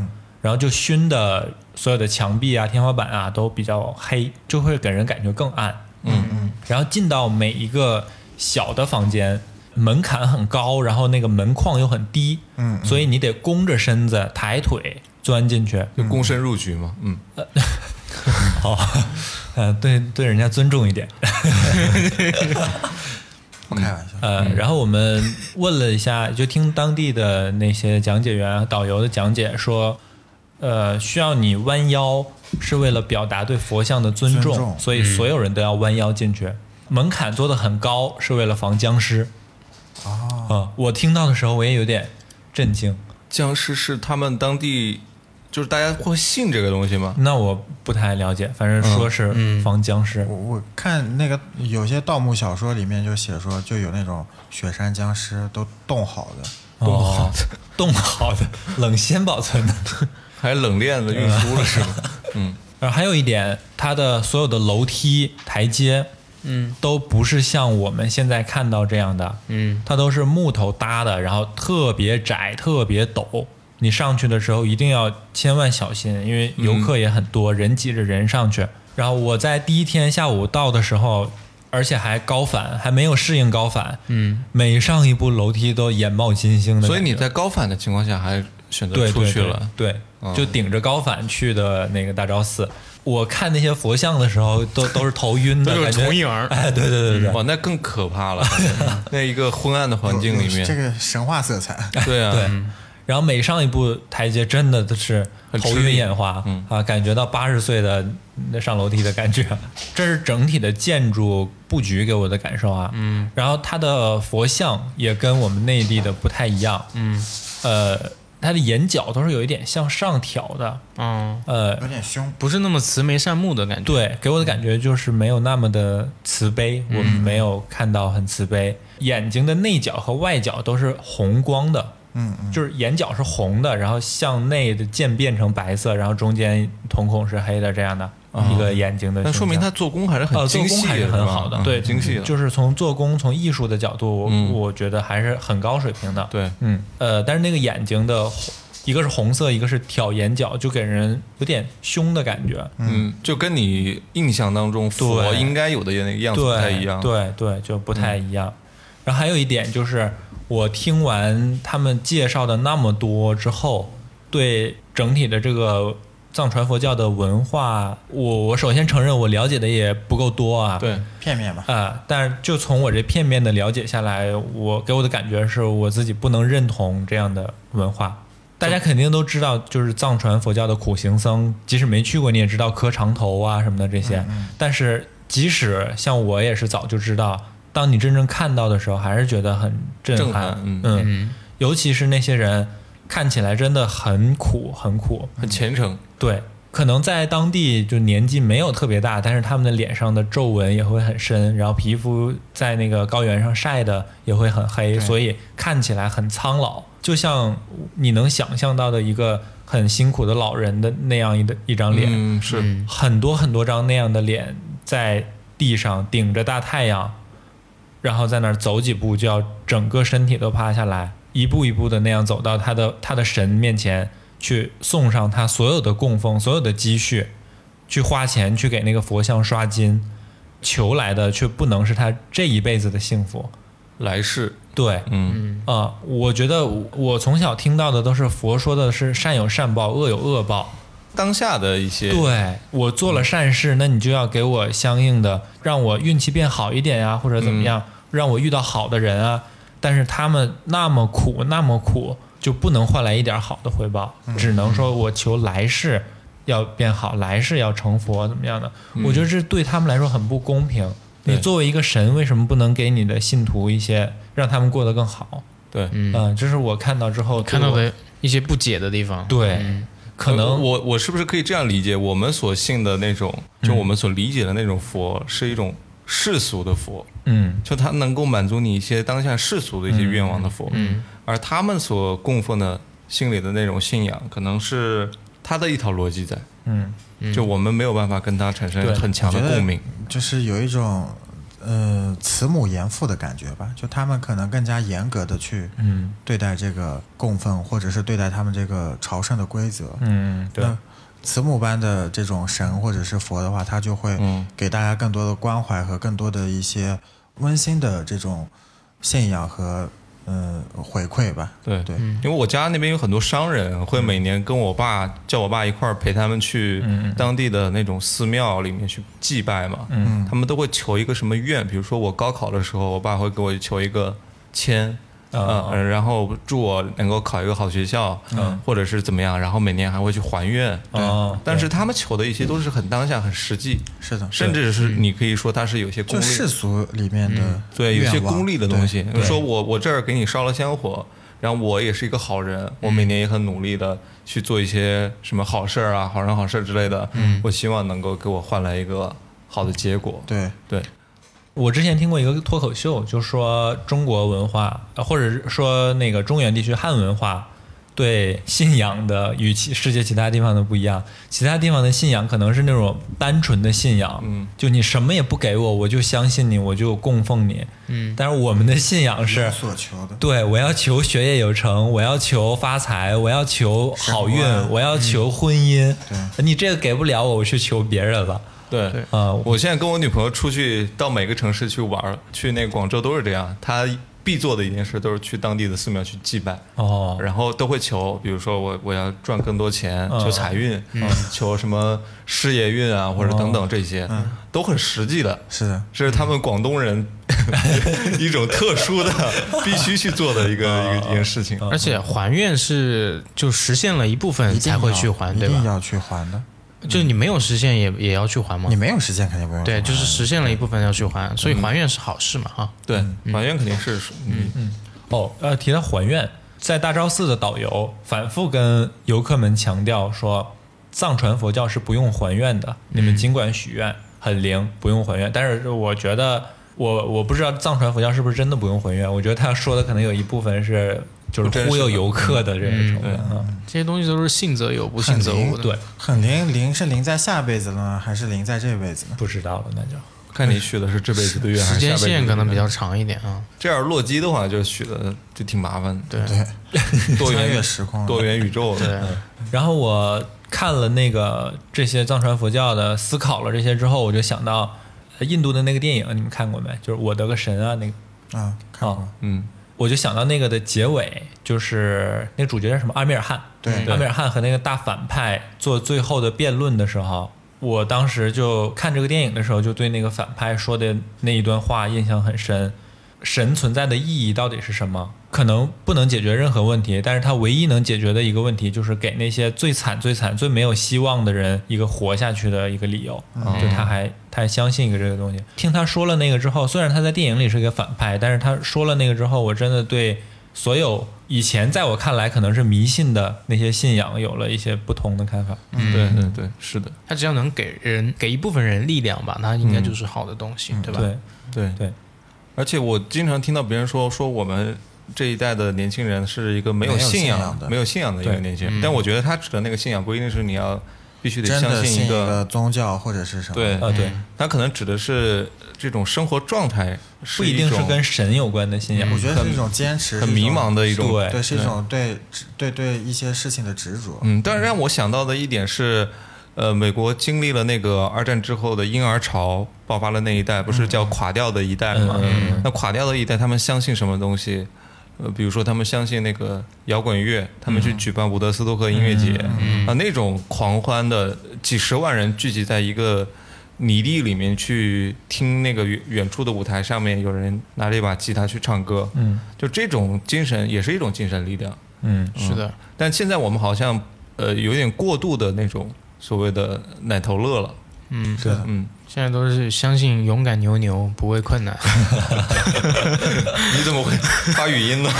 Speaker 3: 然后就熏的所有的墙壁啊、天花板啊都比较黑，就会给人感觉更暗，嗯嗯，然后进到每一个小的房间。门槛很高，然后那个门框又很低，嗯，所以你得弓着身子、抬腿钻进去，
Speaker 1: 就躬身入局嘛，嗯，
Speaker 3: 好，呃，对对人家尊重一点。
Speaker 2: 不开玩笑。
Speaker 3: 呃，然后我们问了一下，就听当地的那些讲解员、导游的讲解说，呃，需要你弯腰是为了表达对佛像的尊重，
Speaker 2: 尊重
Speaker 3: 所以所有人都要弯腰进去。门槛做的很高，是为了防僵尸。
Speaker 2: 哦
Speaker 3: 啊、我听到的时候我也有点震惊。
Speaker 1: 僵尸是他们当地，就是大家会信这个东西吗？
Speaker 3: 那我不太了解，反正说是防僵尸。
Speaker 2: 我我看那个有些盗墓小说里面就写说，就有那种雪山僵尸都冻好的，
Speaker 3: 哦，冻好的，冷鲜保存的。
Speaker 1: 还冷链子运输了是 吗？嗯，
Speaker 3: 然后呃还有一点，它的所有的楼梯、台阶，嗯，都不是像我们现在看到这样的，
Speaker 4: 嗯，
Speaker 3: 它都是木头搭的，然后特别窄、特别陡。你上去的时候一定要千万小心，因为游客也很多，人挤着人上去。然后我在第一天下午到的时候，而且还高反，还没有适应高反，嗯，每上一步楼梯都眼冒金星的感觉。
Speaker 1: 所以你在高反的情况下还选择
Speaker 3: 对
Speaker 1: 出
Speaker 3: 对
Speaker 1: 去了，
Speaker 3: 对，对就顶着高反去的那个大昭寺。我看那些佛像的时候，都都是头晕的，
Speaker 4: 都有
Speaker 3: 感觉
Speaker 4: 重影儿
Speaker 3: 哎， 对对对对对，
Speaker 1: 哇，那更可怕 了，那一个昏暗的环境里
Speaker 2: 这
Speaker 1: 面，
Speaker 2: 个神话色 彩。
Speaker 1: 对啊，
Speaker 3: 对。然后每上一步台阶，真的都是
Speaker 1: 很
Speaker 3: 头
Speaker 1: 吃
Speaker 3: 晕
Speaker 1: 力
Speaker 3: 眼花，啊，感觉到八十岁的那上楼梯的感觉。这是整体的建筑布局给我的感受啊。嗯。然后它的佛像也跟我们内地的不太一样。嗯。呃，它的眼角都是有一点向上挑的。
Speaker 4: 哦，
Speaker 3: 呃，
Speaker 2: 有点凶，
Speaker 4: 不是那么慈眉善目的感觉，
Speaker 3: 对，给我的感觉就是没有那么的慈悲，
Speaker 1: 嗯
Speaker 3: 我们没有看到很慈悲。眼睛的内角和外角都是红光的，
Speaker 2: 嗯嗯，
Speaker 3: 就是眼角是红的，然后向内的渐变成白色，然后中间瞳孔是黑的，这样的、一个眼睛的
Speaker 1: 哦那
Speaker 3: 形象。
Speaker 1: 说明他做工还是很
Speaker 3: 呃做
Speaker 1: 精
Speaker 3: 工
Speaker 1: 细
Speaker 3: 还是
Speaker 1: 的，嗯
Speaker 3: 很好的，对，
Speaker 1: 精细的，
Speaker 3: 就是从做工、从艺术的角度，我
Speaker 1: 嗯
Speaker 3: 我觉得还是很高水平的。
Speaker 1: 对，
Speaker 3: 嗯，呃，但是那个眼睛的红，一个是红色，一个是挑眼角，就给人有点凶的感觉。
Speaker 1: 嗯，就跟你印象当中佛
Speaker 3: 对
Speaker 1: 应该有的那个样子
Speaker 3: 对，
Speaker 1: 不太一样，嗯
Speaker 3: 对对，就不太一样。然后还有一点就是，我听完他们介绍的那么多之后，对整体的这个藏传佛教的文化，我我首先承认我了解的也不够多啊。
Speaker 1: 对，
Speaker 2: 片面吧
Speaker 3: 啊、。但是就从我这片面的了解下来，我给我的感觉是我自己不能认同这样的文化。大家肯定都知道，就是藏传佛教的苦行僧，即使没去过，你也知道磕长头啊什么的这些。
Speaker 1: 嗯
Speaker 3: 但是即使像我也是早就知道，当你真正看到的时候，还是觉得很震撼。
Speaker 1: 震撼嗯
Speaker 4: 嗯
Speaker 3: 尤其是那些人看起来真的很苦，很苦。
Speaker 1: 很虔诚，
Speaker 3: 对，可能在当地就年纪没有特别大，但是他们的脸上的皱纹也会很深，然后皮肤在那个高原上晒的也会很黑，所以看起来很苍老，就像你能想象到的一个很辛苦的老人的那样一的一张脸，
Speaker 1: 嗯，是
Speaker 4: 嗯
Speaker 3: 很多很多张那样的脸在地上顶着大太阳。然后在那儿走几步就要整个身体都趴下来，一步一步的那样走到他的他的神面前去送上他所有的供奉、所有的积蓄，去花钱去给那个佛像刷金，求来的却不能是他这一辈子的幸福。
Speaker 1: 来世，
Speaker 3: 对，
Speaker 1: 嗯，
Speaker 3: 啊、我觉得我我从小听到的都是佛说的是善有善报，恶有恶报。
Speaker 1: 当下的一些
Speaker 3: 对我做了善事，那你就要给我相应的，让我运气变好一点呀、或者怎么样，让我遇到好的人啊。但是他们那么苦，那么苦，就不能换来一点好的回报，只能说我求来世要变好，来世要成佛，怎么样的？我觉得这对他们来说很不公平。你
Speaker 1: 对
Speaker 3: 作为一个神，为什么不能给你的信徒一些，让他们过得更好？
Speaker 1: 对，呃
Speaker 3: 嗯、
Speaker 4: 嗯，
Speaker 3: 这是我看到之后
Speaker 4: 看到
Speaker 3: 对我
Speaker 4: 的一些不解的地方。
Speaker 3: 对，可
Speaker 1: 呃
Speaker 3: 能
Speaker 1: 我我是不是可以这样理解？我们所信的那种，
Speaker 3: 嗯
Speaker 1: 就我们所理解的那种佛，是一种世俗的佛，
Speaker 3: 嗯
Speaker 1: 就它能够满足你一些当下世俗的一些愿望的佛，嗯，而他们所供奉的心里的那种信仰，可能是他的一套逻辑在，
Speaker 3: 嗯
Speaker 1: 就我们没有办法跟他产生
Speaker 3: 对
Speaker 1: 很强的共鸣，
Speaker 2: 就是有一种呃慈母严父的感觉吧，就他们可能更加严格的去
Speaker 3: 嗯
Speaker 2: 对待这个供奉，或者是对待他们这个朝圣的规则。
Speaker 3: 嗯，对。
Speaker 2: 那慈母般的这种神或者是佛的话，他就会
Speaker 1: 嗯
Speaker 2: 给大家更多的关怀和更多的一些温馨的这种信仰和嗯、呃回馈吧。
Speaker 1: 对嗯
Speaker 2: 对，
Speaker 1: 因为我家那边有很多商人，会每年跟我爸叫我爸一块儿陪他们去当地的那种寺庙里面去祭拜嘛。
Speaker 2: 嗯
Speaker 1: 他们都会求一个什么愿，比如说我高考的时候，我爸会给我求一个签。
Speaker 3: 啊
Speaker 1: 嗯，然后祝我能够考一个好学校，嗯，或者是怎么样，然后每年还会去还愿，
Speaker 3: 哦
Speaker 1: 但是他们求的一些都是很当下、很实际，
Speaker 2: 是的，
Speaker 1: 甚至是你可以说它是有些功
Speaker 2: 就
Speaker 1: 利，嗯
Speaker 2: 世俗里面的
Speaker 1: 对，有些
Speaker 2: 愿望
Speaker 1: 功利的东西，
Speaker 3: 对
Speaker 1: 说我我这儿给你烧了香火，然后我也是一个好人，我每年也很努力的去做一些什么好事儿啊、好人好事儿之类的，我希望能够给我换来一个好的结果。
Speaker 2: 对
Speaker 1: 对，
Speaker 3: 我之前听过一个脱口秀，就说中国文化，呃或者是说那个中原地区汉文化对信仰的与其世界其他地方的不一样。其他地方的信仰可能是那种单纯的信仰，
Speaker 1: 嗯，
Speaker 3: 就你什么也不给我，我就相信你，我就供奉你，
Speaker 4: 嗯，
Speaker 3: 但是我们的信仰是
Speaker 2: 有。所求的。
Speaker 3: 对，我要求学业有成，我要求发财，我要求好运，
Speaker 2: 生活啊嗯
Speaker 3: 我要求婚姻。你这个给不了我，我去求别人了。
Speaker 1: 对
Speaker 4: 对
Speaker 3: 啊
Speaker 1: 我现在跟我女朋友出去到每个城市去玩儿，去那广州都是这样，她必做的一件事都是去当地的寺庙去祭拜。
Speaker 3: 哦，
Speaker 1: 然后都会求，比如说我我要赚更多钱，
Speaker 3: 嗯
Speaker 1: 求财运，求什么事业运啊，或者等
Speaker 4: 哦
Speaker 1: 等这些，
Speaker 4: 嗯
Speaker 1: 都很实际的。
Speaker 2: 是的，
Speaker 1: 这是他们广东 人一种特殊的必须去做的一个
Speaker 4: 哦
Speaker 1: 一个一件事情。
Speaker 3: 嗯
Speaker 4: 而且还愿是就实现了一部分
Speaker 2: 一定
Speaker 4: 才会
Speaker 2: 要
Speaker 4: 去还，
Speaker 2: 一
Speaker 4: 对
Speaker 2: 定
Speaker 4: 吧？
Speaker 2: 要去还的。
Speaker 4: 就是你没有实现也也要去还吗
Speaker 2: 你？没有时间肯定不用去还
Speaker 4: 对，
Speaker 2: 的。
Speaker 4: 就是实现了一部分要去还，所以还愿是好事嘛，哈。
Speaker 1: 对，法院肯定是，嗯，
Speaker 3: 哦，呃，提到还愿，在大昭寺的导游反复跟游客们强调说，藏传佛教是不用还愿的，你们尽管许愿，很灵，不用还愿。但是我觉得，我我不知道藏传佛教是不是真的不用还愿，我觉得他说的可能有一部分是就是忽悠游客的这个成分啊。嗯
Speaker 4: 这些东西都是信则有，不信则嗯无的。
Speaker 3: 对，
Speaker 2: 很灵灵是灵在下辈子了呢，还是灵在这辈子呢？
Speaker 3: 不知道了，那就
Speaker 1: 看你许的是这辈子的愿还
Speaker 4: 时
Speaker 1: 是下
Speaker 4: 间
Speaker 1: 辈子的愿
Speaker 4: 线可能比较长一点啊。
Speaker 1: 这样落基的话，就许的就挺麻烦的。
Speaker 4: 对，
Speaker 2: 对，
Speaker 1: 多
Speaker 2: 穿
Speaker 1: 元
Speaker 2: 越时空了
Speaker 1: 多元宇宙的，
Speaker 4: 对，
Speaker 3: 然后我看了那个这些藏传佛教的，思考了这些之后，我就想到呃印度的那个电影，你们看过没？就是《我的个神》啊，那个。
Speaker 2: 啊，看过
Speaker 3: 哦，
Speaker 1: 嗯，
Speaker 3: 我就想到那个的结尾，就是那个主角叫什么阿米尔汗，
Speaker 2: 嗯对
Speaker 3: 阿米尔汗和那个大反派做最后的辩论的时候，我当时就看这个电影的时候，就对那个反派说的那一段话印象很深。神存在的意义到底是什么？可能不能解决任何问题，但是它唯一能解决的一个问题，就是给那些最惨、最惨、最没有希望的人一个活下去的一个理由。就他还他还相信一个这个东西。听他说了那个之后，虽然他在电影里是一个反派，但是他说了那个之后，我真的对所有以前在我看来可能是迷信的那些信仰有了一些不同的看法。
Speaker 1: 对嗯对对，是的，
Speaker 4: 他只要能给人给一部分人力量吧，那应该就是好的东西，对吧？
Speaker 3: 对
Speaker 1: 对
Speaker 3: 对，
Speaker 1: 而且我经常听到别人说说我们这一代的年轻人是一个没有
Speaker 2: 没有
Speaker 1: 信仰
Speaker 2: 信仰的
Speaker 1: 没有信仰的一个
Speaker 3: 对
Speaker 1: 年轻人，但我觉得他指的那个信仰不一定是你要必须得
Speaker 2: 真
Speaker 1: 相
Speaker 2: 的
Speaker 1: 信
Speaker 2: 信
Speaker 1: 一个
Speaker 2: 个嗯宗教或者是什么，
Speaker 1: 对
Speaker 3: 啊，对，
Speaker 1: 他可能指的是这种生活状态，
Speaker 3: 不一定是
Speaker 1: 种
Speaker 3: 跟神有关的信仰。
Speaker 2: 我觉得是一种坚持，
Speaker 1: 很
Speaker 2: 是一
Speaker 1: 迷
Speaker 2: 种
Speaker 1: 茫的一种。
Speaker 3: 对
Speaker 2: 对，是一种对执对对一些事情的执着。
Speaker 1: 嗯，但是让我想到的一点是，呃，美国经历了那个二战之后的婴儿潮爆发了那一代，不是叫垮掉的一代嘛？
Speaker 3: 嗯嗯
Speaker 1: 那垮掉的一代，他们相信什么东西？呃，比如说他们相信那个摇滚乐，他们去
Speaker 3: 嗯
Speaker 1: 举办伍德斯托克音乐节啊、那种狂欢的几十万人聚集在一个泥地里面去听那个远远处的舞台上面有人拿着一把吉他去唱歌，
Speaker 3: 嗯
Speaker 1: 就这种精神也是一种精神力量。
Speaker 3: 嗯，
Speaker 4: 是的，
Speaker 1: 但现在我们好像呃有点过度的那种所谓的奶头乐 了，
Speaker 4: 嗯，
Speaker 3: 对
Speaker 1: 嗯，
Speaker 4: 现在都是相信勇敢牛牛不畏困难，
Speaker 1: 你怎么会发语 音呢？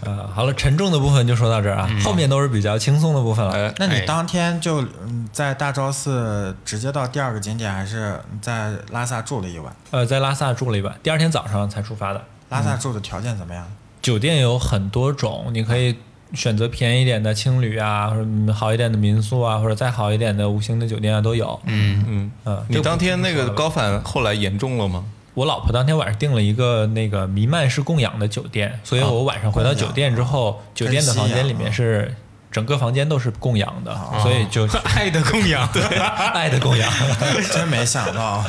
Speaker 3: 呃，好了，沉重的部分就说到这儿啊，后面都是比较轻松的部分了。
Speaker 1: 哎，
Speaker 2: 那你
Speaker 4: 哎
Speaker 2: 当天就嗯在大昭寺直接到第二个景点，还是在拉萨住了一晚？
Speaker 3: 呃，在拉萨住了一晚，第二天早上才出发的。
Speaker 2: 拉萨住的条件怎么样？
Speaker 3: 酒店有很多种，你可以选择便宜一点的青旅啊，或者嗯好一点的民宿啊，或者再好一点的五星的酒店啊都有。
Speaker 4: 嗯，
Speaker 1: 嗯
Speaker 3: 嗯
Speaker 1: 你当天那个高反后来严重了吗？
Speaker 3: 我老婆当天晚上订了一个那个弥漫式供养的酒店，所以我晚上回到酒店之后，酒店的房间里面是整个房间都是供养的，
Speaker 1: 哦
Speaker 3: 所以 就
Speaker 4: 爱的供养，对，
Speaker 3: 爱的供养。
Speaker 2: 真没想到，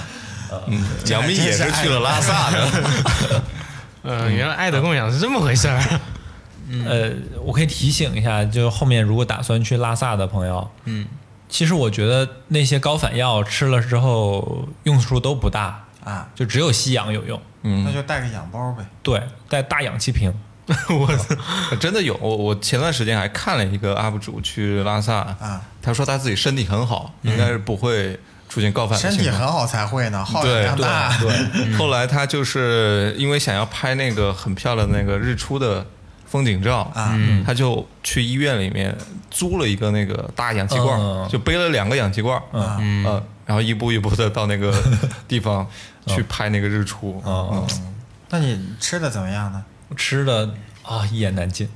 Speaker 1: 嗯，杨幂也是去了拉萨
Speaker 2: 哎
Speaker 1: 的，
Speaker 4: 呃，原来爱的供养是这么回事儿，
Speaker 1: 嗯
Speaker 3: 呃，我可以提醒一下，就后面如果打算去拉萨的朋友，
Speaker 4: 嗯，
Speaker 3: 其实我觉得那些高反药吃了之后用处都不大，
Speaker 2: 啊，
Speaker 3: 就只有吸氧有用。
Speaker 2: 那
Speaker 1: 嗯，
Speaker 2: 就带个氧包呗。
Speaker 3: 对，带大氧气瓶。
Speaker 4: 我操，
Speaker 1: 真的有。我我前段时间还看了一个 UP 主去拉萨，
Speaker 2: 啊，嗯
Speaker 1: 他说他自己身体很好，应该是不会出现高反的
Speaker 2: 身
Speaker 1: 情
Speaker 2: 体
Speaker 1: 况
Speaker 2: 很。好才会呢，耗氧
Speaker 1: 对
Speaker 2: 量大。嗯
Speaker 1: 对，后来他就是因为想要拍那个很漂亮的那个日出的风景照
Speaker 3: 嗯
Speaker 2: 啊，
Speaker 1: 嗯他就去医院里面租了一个那个大氧气罐
Speaker 3: 嗯
Speaker 1: 儿，就背了两个氧气罐儿，嗯，然后一步一步的到那 个地方去拍那个日出，
Speaker 3: 嗯，
Speaker 2: 那你吃的怎么样呢？
Speaker 3: 吃的啊一言难尽。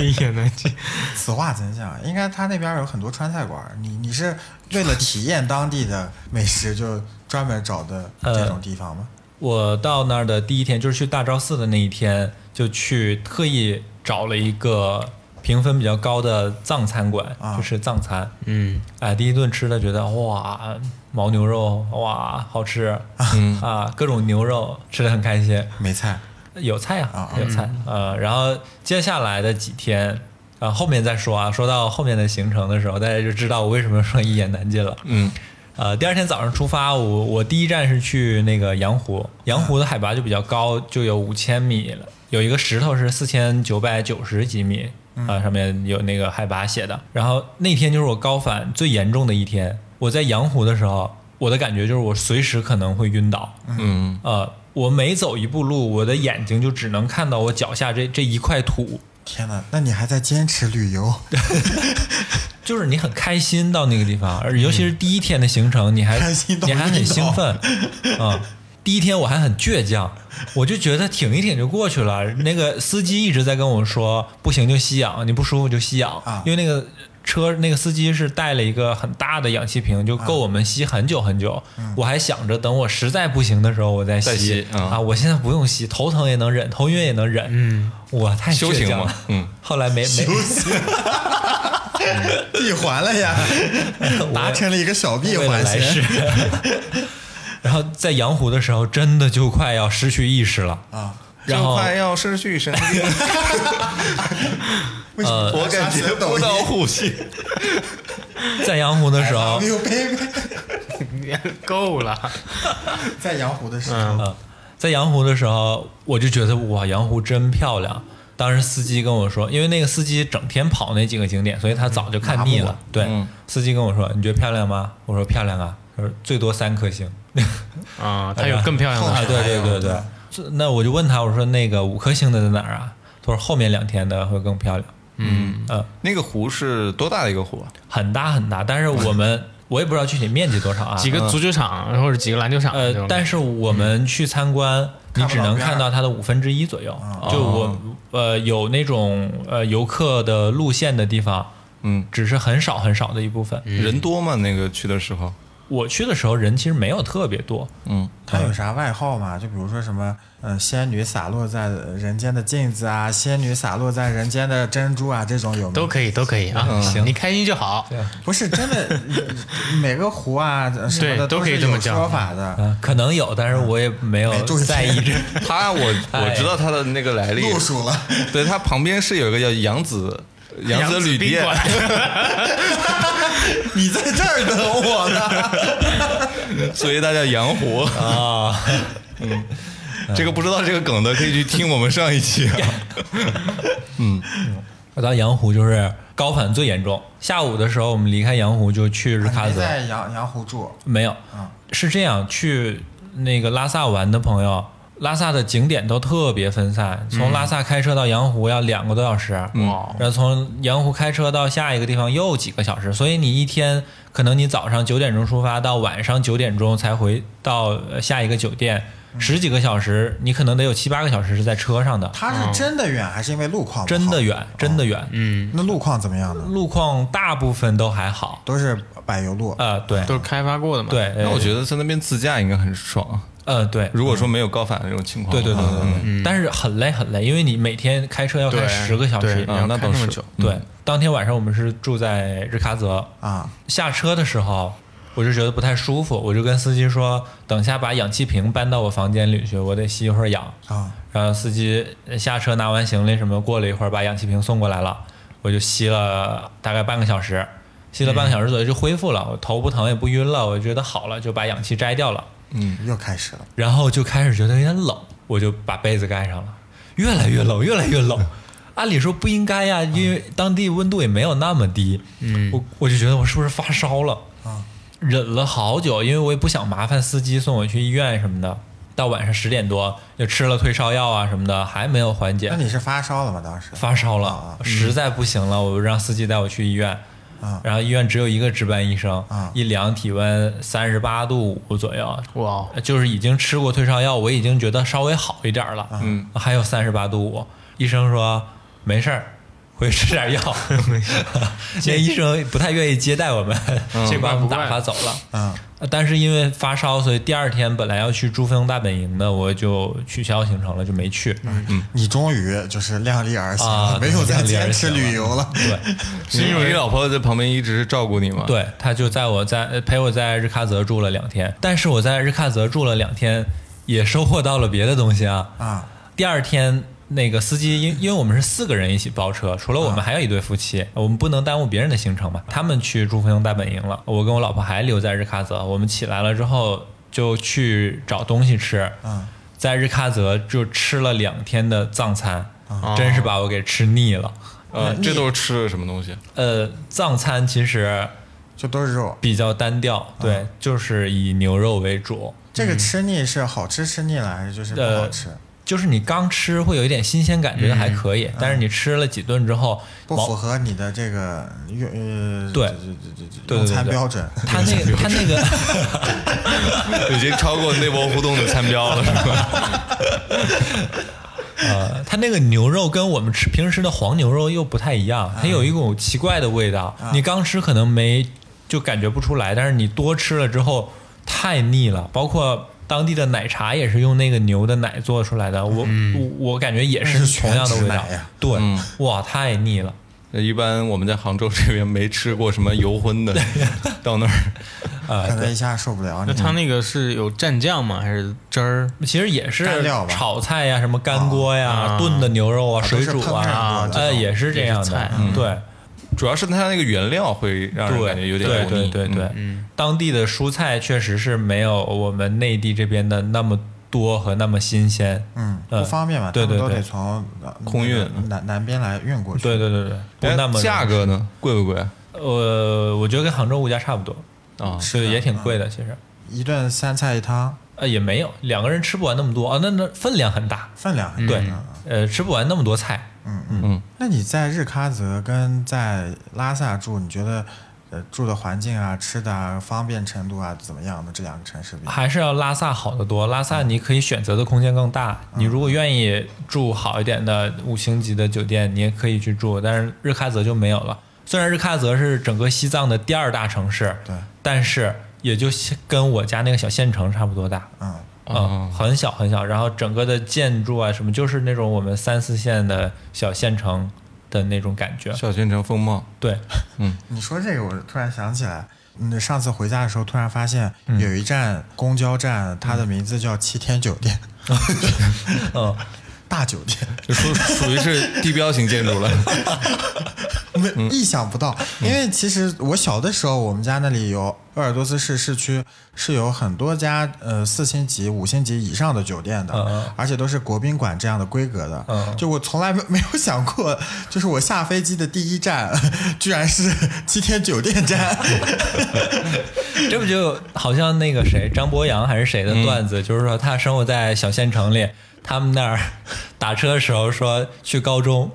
Speaker 4: 一言难尽，
Speaker 2: 此话怎讲？应该他那边有很多川菜馆儿，你你是为了体验当地的美食，就专门找的这种地方吗？
Speaker 3: 我到那儿的第一天，就是去大昭寺的那一天，就去特意找了一个评分比较高的藏餐馆，
Speaker 2: 啊
Speaker 3: 就是藏餐。
Speaker 4: 嗯，
Speaker 3: 哎，第一顿吃的觉得哇，牦牛肉哇好吃，
Speaker 1: 嗯
Speaker 3: 啊，各种牛肉吃的很开心，
Speaker 2: 梅菜
Speaker 3: 有菜啊，
Speaker 2: 啊
Speaker 3: 有菜呃，然后接下来的几天。啊，后面再说啊，说到后面的行程的时候，大家就知道我为什么说一言难尽了。
Speaker 1: 嗯，
Speaker 3: 呃，第二天早上出发，我我第一站是去那个羊湖，羊湖的海拔就比较高，就有五千米了，有一个石头是四千九百九十几米啊、上面有那个海拔写的。然后那天就是我高反最严重的一天，我在羊湖的时候，我的感觉就是我随时可能会晕倒，
Speaker 1: 嗯
Speaker 3: 呃，我每走一步路，我的眼睛就只能看到我脚下这这一块土，
Speaker 2: 天哪，那你还在坚持旅游？
Speaker 3: 就是你很开心到那个地方，而尤其是第一天的行程，你还
Speaker 2: 开心到
Speaker 3: 你还很
Speaker 2: 晕倒
Speaker 3: 兴奋啊。第一天我还很倔强，我就觉得挺一挺就过去了。那个司机一直在跟我说，不行就吸氧，你不舒服就吸氧，
Speaker 2: 啊
Speaker 3: 因为那个车那个司机是带了一个很大的氧气瓶，就够我们吸很久很久。我还想着等我实在不行的时候我再吸
Speaker 1: 再吸啊
Speaker 3: 啊，我现在不用吸，头疼也能忍，头晕也能忍。嗯，我太
Speaker 1: 修
Speaker 3: 倔
Speaker 1: 行
Speaker 3: 强
Speaker 1: 嘛
Speaker 3: 了。
Speaker 1: 嗯，
Speaker 3: 后来没没
Speaker 2: 闭环了呀，达成了一个小闭
Speaker 3: 为了
Speaker 2: 环
Speaker 3: 来世
Speaker 2: 型。
Speaker 3: 然后在阳湖的时候，真的就快要失去意识了。
Speaker 2: 啊。
Speaker 3: 然后
Speaker 1: 就快要失去神 经，
Speaker 2: 为什么
Speaker 1: 呃我感觉不到呼 吸，
Speaker 3: 在阳湖的时候
Speaker 2: 没，有 baby，
Speaker 4: 够了，
Speaker 2: 在阳湖的呃时候，
Speaker 3: 嗯，在阳湖的时候，我就觉得哇，阳湖真漂亮。当时司机跟我说，因为那个司机整天跑那几个景点，所以他早就看腻
Speaker 2: 麻
Speaker 3: 了
Speaker 2: 木。
Speaker 3: 对
Speaker 1: 嗯，
Speaker 3: 司机跟我说：“你觉得漂亮吗？”我说：“漂亮啊。”他说：“最多三颗星。”
Speaker 4: 啊，它有更漂亮
Speaker 3: 啊，
Speaker 4: 的，
Speaker 3: 对对对对
Speaker 2: 对。
Speaker 3: 这那我就问他，我说：“那个五颗星的在哪儿啊？”他说：“后面两天的会更漂亮。”嗯嗯，
Speaker 1: 那个湖是多大的一个湖啊？
Speaker 3: 很大很大，但是我们我也不知道具体面积多少啊。
Speaker 4: 几个足球场或者几个篮球场，
Speaker 3: 呃，但
Speaker 4: 是
Speaker 3: 是我们去参观，你只能看
Speaker 2: 看不
Speaker 3: 到
Speaker 2: 到
Speaker 3: 它的五分之一左右。
Speaker 2: 嗯
Speaker 3: 就我呃有那种呃游客的路线的地方，
Speaker 1: 嗯，
Speaker 3: 只是很少很少的一部分。
Speaker 1: 人多吗？那个去的时候，
Speaker 3: 我去的时候人其实没有特别多，
Speaker 1: 嗯，
Speaker 2: 他有啥外号吗？就比如说什么，呃，仙女洒落在人间的镜子啊，仙女洒落在人间的珍珠啊，这种有没
Speaker 4: 都
Speaker 2: 有？
Speaker 4: 可以，都可以啊，
Speaker 1: 行
Speaker 4: 你开心就好。
Speaker 2: 不是真的，每个湖啊什么的
Speaker 4: 对都可以
Speaker 2: 是
Speaker 4: 这么
Speaker 2: 有
Speaker 4: 叫
Speaker 2: 说法的。
Speaker 3: 啊，可能有，但是我也没有
Speaker 2: 没注意
Speaker 3: 在意这。
Speaker 1: 他 按我
Speaker 3: 哎
Speaker 1: 我知道他的那个来历，
Speaker 2: 路数了，
Speaker 1: 对他旁边是有一个叫扬子扬子旅
Speaker 4: 宾
Speaker 1: 店，
Speaker 4: 馆，
Speaker 2: 你在这儿等我呢。
Speaker 1: 所以它叫洋湖啊。 嗯，这个不知道这个梗的可以去听我们上一期啊。
Speaker 3: 我到阳湖就是高反最严重，下午的时候我们离开阳湖就去日
Speaker 2: 啊
Speaker 3: 喀
Speaker 2: 你没
Speaker 3: 则，
Speaker 2: 在阳阳湖住，
Speaker 3: 没有，
Speaker 4: 啊
Speaker 3: 是这样，去那个拉萨玩的朋友，拉萨的景点都特别分散，从拉萨开车到羊湖要两个多小时，
Speaker 4: 嗯哇
Speaker 3: 然后从羊湖开车到下一个地方又几个小时，所以你一天可能你早上九点钟出发，到晚上九点钟才回到呃下一个酒店，
Speaker 4: 嗯
Speaker 3: 十几个小时，你可能得有七八个小时是在车上的，
Speaker 2: 他是真的远还是因为路况？
Speaker 3: 真的。远，真的远，
Speaker 4: 嗯，
Speaker 2: 那路况怎么样呢？
Speaker 3: 路况大部分都还好，
Speaker 2: 都是柏油路。
Speaker 3: 呃，对，
Speaker 4: 都是开发过的嘛。，
Speaker 3: 对，
Speaker 1: 那我
Speaker 3: 得，
Speaker 1: 觉得在那边自驾应该很爽，啊
Speaker 3: 呃，对，
Speaker 1: 如果说没有高反的这种情况
Speaker 3: 对
Speaker 1: 的话，
Speaker 3: 对对对对，
Speaker 1: 嗯
Speaker 3: 但是很累很累，因为你每天开车要开
Speaker 4: 对
Speaker 3: 十个小时
Speaker 4: 对。
Speaker 1: 啊，那倒
Speaker 4: 要开那么
Speaker 1: 是
Speaker 4: 久
Speaker 3: 对，当天晚上我们是住在日喀则，
Speaker 2: 啊，
Speaker 3: 下车的时候我就觉得不太舒服，我就跟司机说，等下把氧气瓶搬到我房间里去，我得吸一会儿氧。
Speaker 2: 啊，
Speaker 3: 然后司机下车拿完行李什么，过了一会儿把氧气瓶送过来了，我就吸了大概半个小时，吸了半个小时左右就恢复了，我头不疼也不晕了，我觉得好了，就把氧气摘掉了。
Speaker 1: 嗯，
Speaker 2: 又开始了。
Speaker 3: 然后就开始觉得有点冷，我就把被子盖上了，越来越冷，越来越冷。 按理说不应该
Speaker 2: 啊
Speaker 3: 呀，因为当地温度也没有那么低。嗯，我我就觉得我是不是发烧了？
Speaker 2: 啊，
Speaker 3: 忍了好久，因为我也不想麻烦司机送我去医院什么的。到晚上十点多又吃了退烧药啊什么的，还没有缓解
Speaker 2: 那，你是发烧了吗？当时
Speaker 3: 发烧了
Speaker 2: 啊，
Speaker 3: 实在不行了，我让司机带我去医院。
Speaker 2: 啊
Speaker 3: 然后医院只有一个值班医生，
Speaker 2: 啊
Speaker 3: 一量体温三十八度五左右，
Speaker 4: 哇，哦
Speaker 3: 就是已经吃过退烧药，我已经觉得稍微好一点了。啊
Speaker 1: 嗯，
Speaker 3: 还有三十八度五，医生说没事儿，回去吃点药。没事，那医生不太愿意接待我们，就把我们打发走了。
Speaker 2: 嗯，
Speaker 3: 呃但是因为发烧，所以第二天本来要去珠峰大本营的，我就取消行程了，就没去。
Speaker 2: 你终于就是量力而行
Speaker 3: 啊
Speaker 2: 了，没有再
Speaker 3: 量力而
Speaker 2: 坚
Speaker 3: 行了
Speaker 2: 持旅游了。
Speaker 3: 对，
Speaker 1: 你你老婆在旁边一直照顾你吗？，
Speaker 3: 对，他就在我在呃陪我在日喀则住了两天，但是我在日喀则住了两天，也收获到了别的东西啊。
Speaker 2: 啊，
Speaker 3: 第二天，那个司机因因为我们是四个人一起包车，除了我们还有一对夫妻，我们不能耽误别人的行程嘛。他们去珠峰大本营了，我跟我老婆还留在日喀则。我们起来了之后就去找东西吃，
Speaker 2: 嗯，
Speaker 3: 在日喀则就吃了两天的藏餐，
Speaker 2: 哦
Speaker 4: 啊
Speaker 3: 嗯真是把我给吃腻了。
Speaker 1: 呃，这都是吃的什么东西？
Speaker 3: 呃，藏餐其实
Speaker 2: 就都是肉。
Speaker 3: 比较单调，对，
Speaker 2: 嗯
Speaker 3: 就是以牛肉为主。
Speaker 2: 这个吃腻是好吃吃腻了，还是就是不
Speaker 3: 嗯
Speaker 2: 好吃？
Speaker 3: 呃就是你刚吃会有一点新鲜感，觉得还可以，但是你吃了几顿之后，
Speaker 2: 嗯不
Speaker 3: 毛
Speaker 2: 符合你的这个用呃
Speaker 3: 对
Speaker 2: 这这这这
Speaker 3: 对对对
Speaker 2: 用餐
Speaker 3: 对
Speaker 2: 标准。
Speaker 3: 他那 个他那个
Speaker 1: 已经超过内部互动的餐标了，是吧？
Speaker 3: 呃，他那个牛肉跟我们吃平时吃的黄牛肉又不太一样，它有一种奇怪的味道。
Speaker 2: 啊
Speaker 3: 你刚吃可能没就感觉不出来，但是你多吃了之后太腻了。包括当地的奶茶也是用那个牛的奶做出来的，我、我我感觉也
Speaker 2: 嗯那
Speaker 3: 是
Speaker 2: 是
Speaker 3: 同样的
Speaker 2: 全
Speaker 3: 味
Speaker 2: 脂
Speaker 3: 道
Speaker 2: 奶呀。嗯
Speaker 3: 对，哇，太腻了。
Speaker 1: 呃一般我们在杭州这边没吃过什么油荤 的，到那儿
Speaker 3: 呃，
Speaker 2: 可能一下受不了，
Speaker 4: 那
Speaker 2: 你
Speaker 4: 它那个是有蘸酱吗？还是汁儿？
Speaker 3: 其实也是
Speaker 2: 干料吧
Speaker 3: 炒菜呀、什么干锅呀、
Speaker 4: 啊
Speaker 3: 炖的牛肉啊、
Speaker 2: 都
Speaker 3: 水
Speaker 2: 是
Speaker 3: 煮
Speaker 2: 烹饪
Speaker 3: 啊，
Speaker 2: 过的
Speaker 3: 呃，
Speaker 2: 这种嗯
Speaker 3: 也是这样
Speaker 4: 也是
Speaker 3: 的
Speaker 4: 菜。
Speaker 3: 对，
Speaker 1: 主要是它那个原料会让人感觉有点油
Speaker 3: 对
Speaker 1: 腻。嗯
Speaker 3: 对对对，嗯当地的蔬菜确实是没有我们内地这边的那么多和那么新鲜。
Speaker 2: 嗯
Speaker 3: 呃
Speaker 2: 不方便嘛，
Speaker 3: 对
Speaker 2: 他
Speaker 3: 对
Speaker 2: 们都
Speaker 3: 对
Speaker 2: 得从呃
Speaker 1: 空运
Speaker 2: 南南边来运过去。
Speaker 3: 对对对对，不
Speaker 1: 嗯
Speaker 3: 那么
Speaker 1: 哎价格呢？贵不贵？
Speaker 3: 呃，我觉得跟杭州物价差不多，
Speaker 1: 啊，
Speaker 3: 所以也挺贵的。其实
Speaker 2: 一顿三菜一汤，
Speaker 3: 呃也没有两个人吃不完那么多啊，那那分量很大。
Speaker 2: 分量嗯很
Speaker 3: 对
Speaker 2: 大，
Speaker 3: 呃，吃不完那么
Speaker 1: 嗯
Speaker 3: 多菜。
Speaker 2: 那你在日喀则跟在拉萨住，你觉得呃住的环境啊、吃的啊、方便程度啊怎么样的这两个城市比？
Speaker 3: 还是要拉萨好得多。拉萨你可以选择的空间更大，你如果愿意住好一点的五星级的酒店，你也可以去住，但是日喀则就没有了。虽然日喀则是整个西藏的第二大城市，
Speaker 2: 对，
Speaker 3: 但是也就跟我家那个小县城差不多大，
Speaker 2: 嗯，
Speaker 1: 啊哦
Speaker 3: 嗯，很小很小。然后整个的建筑啊什么，就是那种我们三四线的小县城的那种感觉。
Speaker 1: 小县城风貌，
Speaker 3: 对，
Speaker 2: 你说这个，我突然想起来，嗯，上次回家的时候突然发现有一站公交站，它的名字叫七天酒店，
Speaker 3: 嗯，
Speaker 2: 大酒店，
Speaker 1: 就属属于是地标型建筑了。
Speaker 3: 嗯
Speaker 2: 没意想不到，因为其实我小的时候，我们家那里有鄂尔多斯市市区是有很多家呃四星级、五星级以上的酒店的，
Speaker 3: 嗯嗯
Speaker 2: 而且都是国宾馆这样的规格的。
Speaker 3: 嗯
Speaker 2: 就我从来没没有想过， 就是我下飞机的第一站，居然是七天酒 店站。
Speaker 3: 这不就好像那个谁张博洋还是谁的段子，就是说他生活在小县城里，他们那儿 打车的时候说去高中，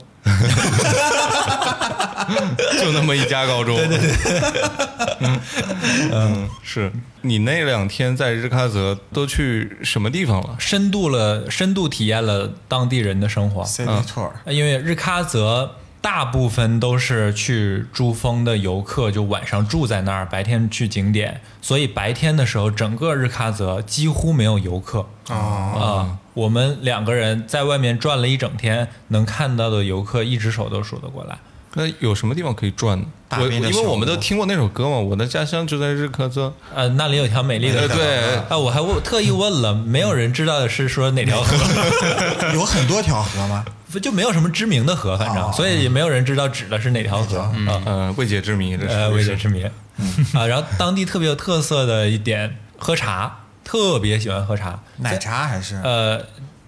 Speaker 1: 就那么一家高中。对对对， 嗯，是你那两天在日喀则都去什么地方了？
Speaker 3: 深度了深度体验了当地人的生活。呃
Speaker 2: City tour，、
Speaker 3: 因为日喀则大部分都是去珠峰的游客，就晚上住在那儿，白天去景点，所以白天的时候，整个日喀则几乎没有游客。啊、我们两个人在外面转了一整天，能看到的游客一只手都数得过来。
Speaker 1: 那有什么地方可以转？
Speaker 2: 大
Speaker 1: 我
Speaker 2: 冰的
Speaker 1: 因为我们
Speaker 2: 小屋
Speaker 1: 都听过那首歌嘛，我的家乡就在日喀则。
Speaker 3: 呃，那里有条美丽的
Speaker 1: 呃，
Speaker 3: 河。
Speaker 1: 对，
Speaker 3: 啊，我还问特意问了，没有人知道的是说哪条河，
Speaker 2: 有很多条河吗？
Speaker 3: 就没有什么知名的河，反正，
Speaker 2: 哦
Speaker 3: 所以也没有人知道指的是哪条河。嗯，
Speaker 1: 呃，未解之谜，这是嗯
Speaker 3: 呃，未解之
Speaker 1: 谜。
Speaker 3: 谜。啊，然后当地特别有特色的一点，喝茶，特别喜欢喝茶，
Speaker 2: 奶茶还是？
Speaker 3: 呃，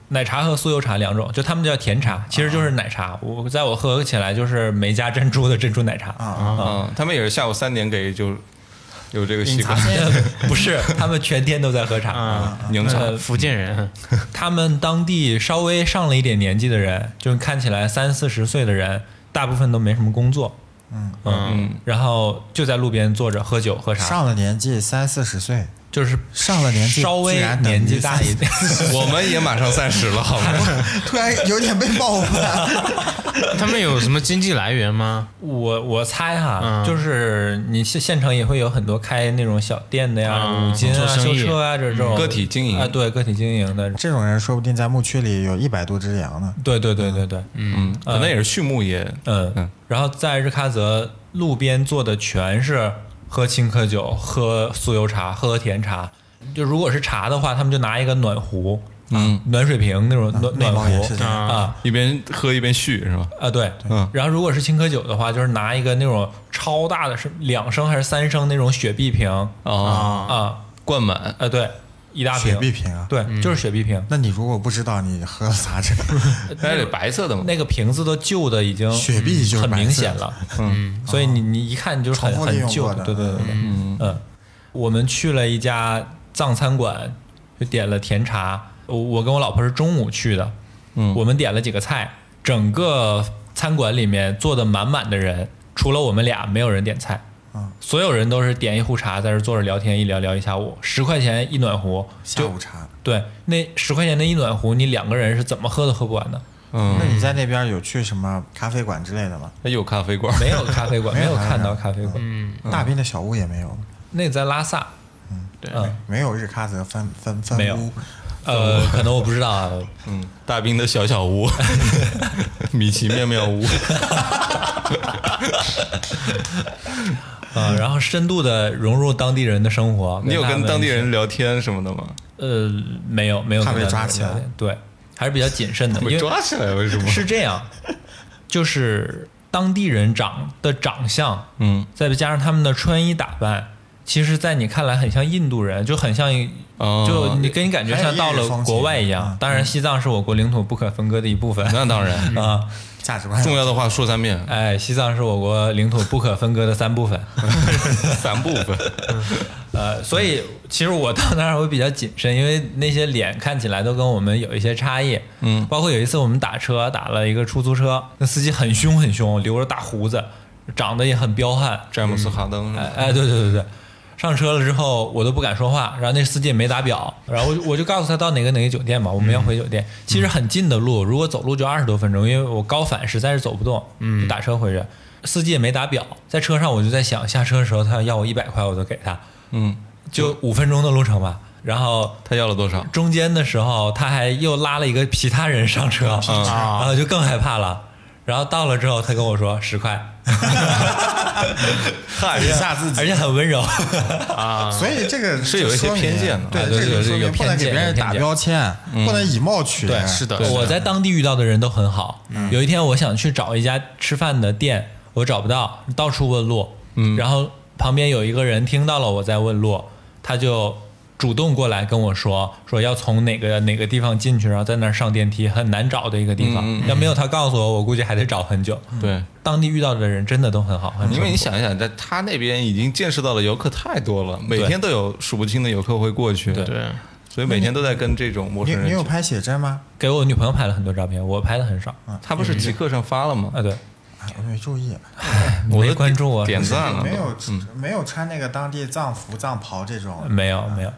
Speaker 3: 奶茶和酥油茶两种，就他们叫甜茶，其实就是奶茶。我在我喝起来就是没加珍珠的珍珠奶茶。
Speaker 2: 啊
Speaker 1: 嗯，他们也是下午三点给就有这个习惯，
Speaker 3: 呃 不是，他们全天都在喝茶。
Speaker 1: 宁 茶。
Speaker 3: 呃
Speaker 4: 福 建人，
Speaker 3: 他们当地稍微上了一点年纪的人，就是看起来三四十岁的人，大部分都没什么工作。嗯嗯，然后就在路边坐着喝酒喝茶，
Speaker 2: 上了年纪三四十岁，
Speaker 3: 就是
Speaker 2: 上了年纪
Speaker 3: 稍微
Speaker 2: 居然等于
Speaker 3: 年纪大一点。
Speaker 1: 我们也马上三十了，好吗？
Speaker 2: 突然有点被冒犯。
Speaker 4: 他们有什么经济来源吗？
Speaker 3: 我我猜哈，
Speaker 4: 嗯
Speaker 3: 就是你县县城也会有很多开那种小店的呀，
Speaker 4: 嗯
Speaker 3: 五金啊、
Speaker 4: 做生
Speaker 3: 修
Speaker 4: 意
Speaker 3: 车啊这种
Speaker 1: 个体经营
Speaker 3: 啊，对个体经营的，
Speaker 2: 这种人说不定在牧区里有一百多只羊呢。
Speaker 3: 对对对对对，
Speaker 1: 嗯，可能也是畜牧业。
Speaker 3: 嗯
Speaker 1: 嗯
Speaker 3: 然后在日喀则路边坐的全是喝青稞酒、喝酥油茶、喝甜茶，就如果是茶的话，他们就拿一个暖壶，啊
Speaker 1: 嗯，
Speaker 3: 暖水瓶那种暖、
Speaker 2: 内
Speaker 3: 暖
Speaker 2: 蒙也是
Speaker 3: 壶
Speaker 2: 这样，
Speaker 3: 啊。
Speaker 1: 一边喝一边续是吧？
Speaker 3: 啊，对，
Speaker 1: 嗯
Speaker 3: 然后如果是青稞酒的话，就是拿一个那种超大的，是两升还是三升那种雪碧瓶
Speaker 1: 哦，
Speaker 4: 啊，
Speaker 3: 啊，
Speaker 1: 灌满。
Speaker 3: 呃，对，一大瓶
Speaker 2: 雪碧瓶啊。
Speaker 3: 对，就是雪碧瓶，
Speaker 2: 那你如果不知道，你喝了啥这？
Speaker 1: 那得哎白色的嘛？
Speaker 3: 那个瓶子都旧的已经
Speaker 2: 雪碧就是
Speaker 3: 很
Speaker 2: 白色的哦
Speaker 3: 明显了，嗯，所以你你一看就是很
Speaker 2: 重复利
Speaker 3: 很
Speaker 2: 用
Speaker 3: 旧
Speaker 2: 过的
Speaker 3: 对对对对，嗯我们去了一家藏餐馆，就点了甜茶，我我跟我老婆是中午去的，
Speaker 1: 嗯
Speaker 3: 我们点了几个菜，整个餐馆里面坐的满满的人，除了我们俩，没有人点菜。
Speaker 2: 嗯
Speaker 3: 所有人都是点一壶茶，在这坐着聊天，一聊聊一下午，十块钱一暖壶，
Speaker 2: 下
Speaker 3: 就
Speaker 2: 午茶。
Speaker 3: 对，那十块钱的一暖壶，你两个人是怎么喝都喝不完的。
Speaker 1: 嗯
Speaker 2: 那，你在那边有去什么咖啡馆之类的吗？
Speaker 1: 还有咖啡馆。
Speaker 3: 没有咖啡馆，
Speaker 2: 没
Speaker 3: 没
Speaker 2: 有
Speaker 3: 有
Speaker 2: 咖啡
Speaker 3: 看到
Speaker 2: 馆
Speaker 3: 咖啡馆。
Speaker 4: 嗯，
Speaker 2: 大斌的小屋也没有，
Speaker 3: 那在拉萨，
Speaker 4: 对，
Speaker 3: 嗯，
Speaker 2: 没有日喀则分分
Speaker 3: 没
Speaker 2: 分
Speaker 3: 有
Speaker 2: 屋。
Speaker 3: 呃，可能我不知道啊。
Speaker 1: 嗯，大兵的小小屋，米奇妙妙屋。
Speaker 3: 呃，然后深度的融入当地人的生活。
Speaker 1: 你有
Speaker 3: 他
Speaker 1: 跟
Speaker 3: 们
Speaker 1: 当地？人聊天什么的吗？
Speaker 3: 呃，没有，没有
Speaker 2: 怕
Speaker 3: 跟当地
Speaker 2: 被抓
Speaker 3: 人
Speaker 2: 起
Speaker 3: 聊
Speaker 2: 来
Speaker 3: 天。对，还是比较谨慎的，因
Speaker 1: 被
Speaker 3: 为
Speaker 1: 抓起来为什么？
Speaker 3: 是这样，就是当地人长的长相，
Speaker 1: 嗯
Speaker 3: 再加上他们的穿衣打扮，其实，在你看来很像印度人，就很像
Speaker 1: 哦，
Speaker 3: 就你给你感觉
Speaker 2: 还有
Speaker 3: 像到
Speaker 2: 异域
Speaker 3: 了
Speaker 2: 风情
Speaker 3: 国外一样
Speaker 2: 嗯，
Speaker 3: 当然西藏是我国领土不可分割的一部分
Speaker 1: 那当然，
Speaker 3: 啊。
Speaker 2: 价值观
Speaker 1: 重要的话说三 遍，
Speaker 3: 哎，西藏是我国领土不可分割的三部分，
Speaker 1: 三部分。
Speaker 3: 呃，所以其实我到那儿会比较谨慎，因为那些脸看起来都跟我们有一些差异。
Speaker 1: 嗯
Speaker 3: 包括有一次我们打车打了一个出租车，那司机很凶很凶，留着大胡子，长得也很彪悍，
Speaker 1: 詹姆斯哈登，
Speaker 3: 哎哎，对对对对，上车了之后我都不敢说话，然后那司机也没打表，然后我就我就告诉他到哪个哪个酒店嘛，我们要回酒店，其实很近的路，如果走路就二十多分钟，因为我高反实在是走不动，嗯，打车回去，司机也没打表，在车上我就在想，下车的时候他要我一百块，我都给他，
Speaker 1: 嗯，
Speaker 3: 就五分钟的路程吧，然后
Speaker 1: 他要了多少？
Speaker 3: 中间的时候，他还又拉了一个其他人上车，
Speaker 4: 啊
Speaker 3: 然后就更害怕了。然后到了之后，他跟我说十块，
Speaker 1: 嗨
Speaker 2: 一下自
Speaker 3: 而
Speaker 2: 己，
Speaker 3: 且很温柔。
Speaker 2: 所以这个
Speaker 1: 是有一些
Speaker 2: 说明
Speaker 1: 偏见的
Speaker 2: 对
Speaker 3: 啊，对对
Speaker 2: 这个
Speaker 3: 对
Speaker 2: 说
Speaker 3: 有
Speaker 2: 明不
Speaker 3: 偏
Speaker 2: 能给
Speaker 3: 见
Speaker 2: 别
Speaker 3: 有
Speaker 2: 人
Speaker 3: 偏
Speaker 2: 打
Speaker 3: 见嗯
Speaker 2: 标签，不能以貌取人。
Speaker 4: 是的，嗯
Speaker 3: 我在当地遇到的人都很好，有一天我想去找一家吃饭的店，我找不到，到处问路，
Speaker 4: 嗯
Speaker 3: 然后旁边有一个人听到了我在问路，他就主动过来跟我说，说要从哪个哪个地方进去，然后在那儿上电梯，很难找的一个地方。
Speaker 4: 嗯
Speaker 3: 要没有他告诉我，我估计还得找很久。
Speaker 1: 对，
Speaker 3: 当地遇到的人真的都很好，很淳朴
Speaker 1: 啊嗯因为你想一想，在他那边已经见识到的游客太多了，每天都有数不清的游客会过去，
Speaker 3: 对
Speaker 4: 对，
Speaker 1: 所以每天都在跟这种陌
Speaker 2: 你
Speaker 1: 生人
Speaker 2: 你有
Speaker 1: 去。
Speaker 2: 拍写真吗？
Speaker 3: 给我女朋友拍了很多照片，我拍的很少。
Speaker 1: 他不是极客上发了吗？
Speaker 3: 啊，对，
Speaker 2: 哎我没注意，
Speaker 1: 我
Speaker 3: 没
Speaker 1: 都
Speaker 3: 关注啊我，
Speaker 1: 点赞了，
Speaker 2: 没有
Speaker 3: 嗯
Speaker 2: 没有穿那个当地藏服藏袍这种，
Speaker 3: 没有没有，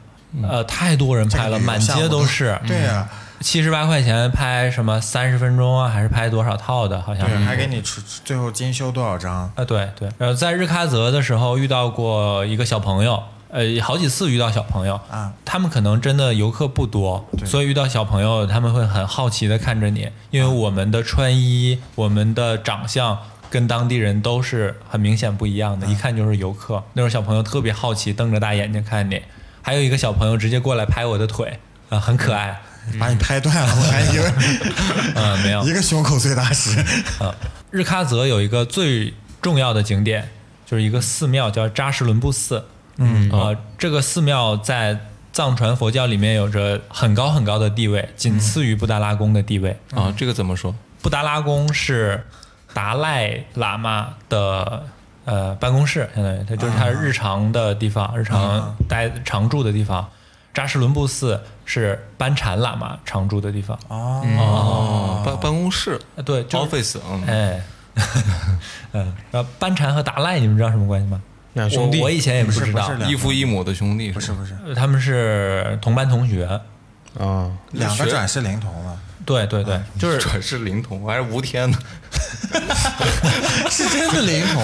Speaker 3: 呃，太多人拍了，
Speaker 2: 这个嗯
Speaker 3: 满街都是。
Speaker 2: 对呀，
Speaker 3: 七十八块钱拍什么三十分钟啊，还是拍多少套的？好像
Speaker 2: 对，
Speaker 3: 是
Speaker 2: 还给你出最后精修多少张？
Speaker 3: 啊，对对。然后在日喀则的时候遇到过一个小朋友，呃，好几次遇到小朋友
Speaker 2: 啊，
Speaker 3: 他们可能真的游客不多，所以遇到小朋友他们会很好奇的看着你，因为我们的穿衣、我们的长相。跟当地人都是很明显不一样的，一看就是游客。那种小朋友特别好奇，瞪着大眼睛看你。还有一个小朋友直接过来拍我的腿，啊、很可爱。
Speaker 2: 把你拍断了，我还以为
Speaker 3: 嗯、没有，
Speaker 2: 一个胸口碎大石。
Speaker 3: 啊，日喀则有一个最重要的景点，就是一个寺庙叫扎什伦布寺。嗯啊、这个寺庙在藏传佛教里面有着很高很高的地位，仅次于布达拉宫的地位。
Speaker 1: 啊，这个怎么说？
Speaker 3: 布达拉宫是达赖喇嘛的呃办公室，相当于他就是他日常的地方，日常待常住的地方。扎什伦布寺是班禅喇嘛常住的地方。
Speaker 2: 哦，
Speaker 1: 哦，办办公室
Speaker 3: 啊，对，就是
Speaker 1: office，嗯，
Speaker 3: 哎，嗯，然后班禅和达赖，你们知道什么关系吗？
Speaker 4: 两兄弟
Speaker 3: 我我以前也不知
Speaker 2: 不
Speaker 3: 道
Speaker 2: 是，两
Speaker 1: 异父异母的兄弟
Speaker 2: 不是不是，
Speaker 3: 呃他们是同班同学。哦
Speaker 4: 啊，
Speaker 2: 两个转世灵童 了，
Speaker 3: 对对对，就是
Speaker 1: 转世灵童还是吴天呢？
Speaker 2: 是真的灵童。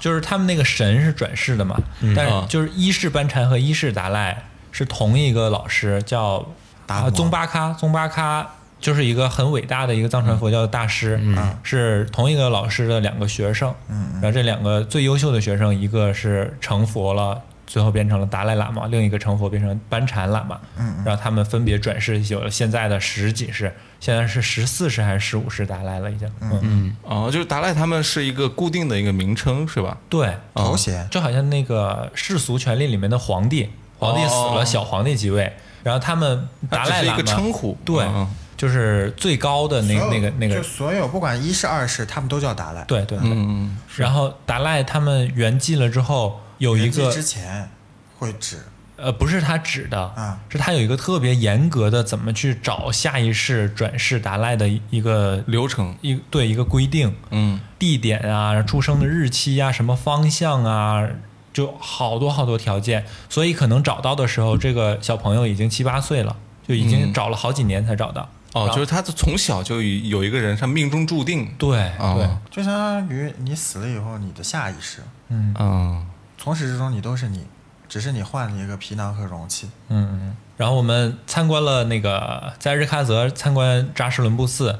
Speaker 3: 就是他们那个神是转世的嘛，但
Speaker 1: 啊
Speaker 3: 是就是一世班禅和一世达赖是同一个老师，叫
Speaker 2: 达摩
Speaker 3: 呃宗巴喀，宗巴喀。就是一个很伟大的一个藏传佛教的大师，是同一个老师的两个学生，然后这两个最优秀的学生，一个是成佛了，最后变成了达赖喇嘛，另一个成佛变成班禅喇嘛，然后他们分别转世有了现在的十几世，现在是十四世还是十五世达赖了已经，嗯，
Speaker 1: 哦，就是达赖他们是一个固定的一个名称是吧？
Speaker 3: 对，
Speaker 2: 头衔
Speaker 3: 就好像那个世俗权力里面的皇帝，皇帝死了，
Speaker 1: 哦
Speaker 3: 小皇帝继位，然后他们达赖
Speaker 1: 它只啊是
Speaker 3: 喇
Speaker 1: 一
Speaker 3: 嘛
Speaker 1: 个称呼
Speaker 3: 对
Speaker 1: 嗯嗯，
Speaker 3: 就是最高的那
Speaker 2: 所有
Speaker 3: 那个那个
Speaker 2: 就，所有不管一世二世，他们都叫达赖。，
Speaker 3: 对对。对
Speaker 1: 嗯，
Speaker 3: 然后达赖他们圆寂了之后，有一个
Speaker 2: 之前会指
Speaker 3: 呃，不是他指的，
Speaker 2: 啊
Speaker 3: 是他有一个特别严格的怎么去找下一世转世达赖的一个
Speaker 1: 流程，
Speaker 3: 一对一个规定，
Speaker 1: 嗯，
Speaker 3: 地点啊、出生的日期啊、什么方向啊，就好多好多条件，所以可能找到的时候，这个小朋友已经七八岁了，就已经找了好几年才找到。
Speaker 1: 哦，就是他从小就有一个人，他命中注定，
Speaker 3: 对对
Speaker 1: 哦，
Speaker 2: 就相当于你死了以后，你的下一世，
Speaker 3: 嗯
Speaker 1: 嗯，
Speaker 2: 从始至终你都是你，只是你换了一个皮囊和容器。
Speaker 3: 嗯嗯。然后我们参观了那个在日喀则参观扎什伦布寺，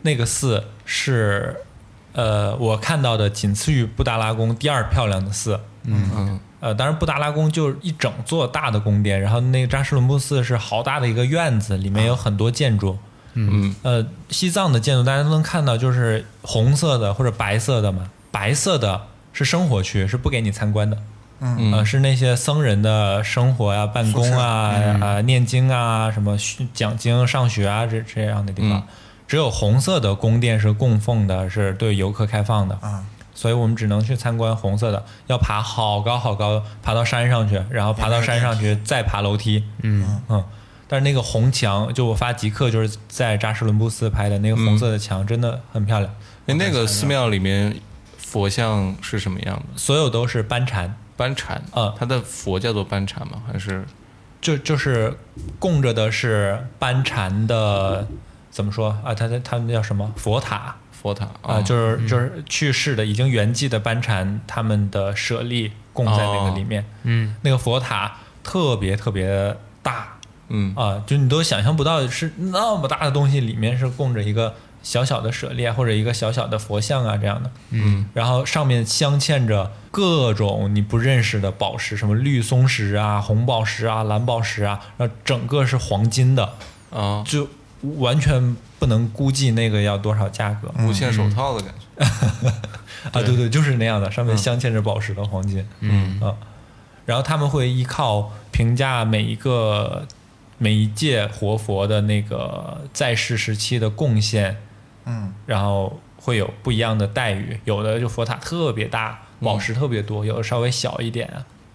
Speaker 3: 那个寺是呃我看到的仅次于布达拉宫第二漂亮的寺。
Speaker 1: 嗯，
Speaker 3: 呃，当然布达拉宫就是一整座大的宫殿，然后那个扎什伦布寺是好大的一个院子，里面有很多建筑。
Speaker 1: 嗯，
Speaker 3: 呃，西藏的建筑大家都能看到，就是红色的或者白色的嘛，白色的是生活区，是不给你参观的。
Speaker 2: 嗯
Speaker 3: 呃，是那些僧人的生活呀、办公啊、啊、念经啊、什么学讲经、上学啊这这样的地方。
Speaker 1: 嗯
Speaker 3: 只有红色的宫殿是供奉的，是对游客开放的。
Speaker 2: 啊，
Speaker 3: 所以我们只能去参观红色的，要爬好高好高，爬到山上去，然后爬到山上去再爬楼梯。嗯嗯，但是那个红墙，就我发极客就是
Speaker 1: 哎
Speaker 3: 在扎什伦布寺拍的那个红色的墙，真的很漂亮。
Speaker 1: 那那个寺庙里面佛像是什么样的？
Speaker 3: 所有都是班禅，
Speaker 1: 班禅
Speaker 3: 嗯
Speaker 1: 它的佛叫做班禅吗？还是
Speaker 3: 就就是供着的是班禅的，怎么说啊？他他他们叫什么佛塔
Speaker 1: 佛塔哦
Speaker 3: 啊、就是就是去世的已经圆寂的班禅，他们的舍利供在那个里面。
Speaker 4: 嗯，
Speaker 3: 那个佛塔特别特别大
Speaker 1: 嗯
Speaker 3: 啊、就你都想象不到是那么大的东西，里面是供着一个小小的舍利啊，或者一个小小的佛像啊这样的。
Speaker 1: 嗯
Speaker 3: 然后上面镶嵌着各种你不认识的宝石，什么绿松石啊、红宝石啊、蓝宝石啊，然后整个是黄金的，
Speaker 1: 啊，
Speaker 3: 就完全不能估计那个要多少价格、
Speaker 1: 无限手套的感
Speaker 3: 嗯
Speaker 1: 觉。
Speaker 3: 啊！对对，就是那样的，上面镶嵌着宝石和黄金，
Speaker 1: 嗯
Speaker 3: 啊，然后他们会依靠评价每一个每一届活佛的那个在世时期的贡献，
Speaker 2: 嗯，
Speaker 3: 然后会有不一样的待遇，有的就佛塔特别大，宝石特别多，有的稍微小一点。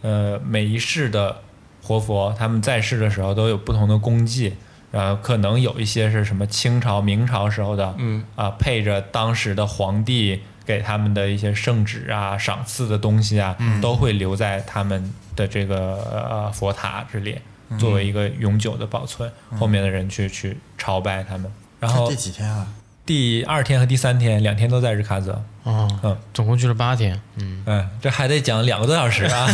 Speaker 3: 呃，每一世的活佛，他们在世的时候都有不同的功绩，然后可能有一些是什么清朝、明朝时候的，
Speaker 1: 嗯
Speaker 3: 啊、配着当时的皇帝给他们的一些圣旨啊、赏赐的东西啊，都会留在他们的这个呃佛塔之列，作为一个永久的保存，后面的人去去朝拜他们。然后
Speaker 2: 这第几天啊了？
Speaker 3: 第二天和第三天两天都在日喀则，
Speaker 4: 哦，
Speaker 3: 嗯
Speaker 4: 总共去了八天，嗯，
Speaker 3: 嗯，这还得讲两个多小 时啊，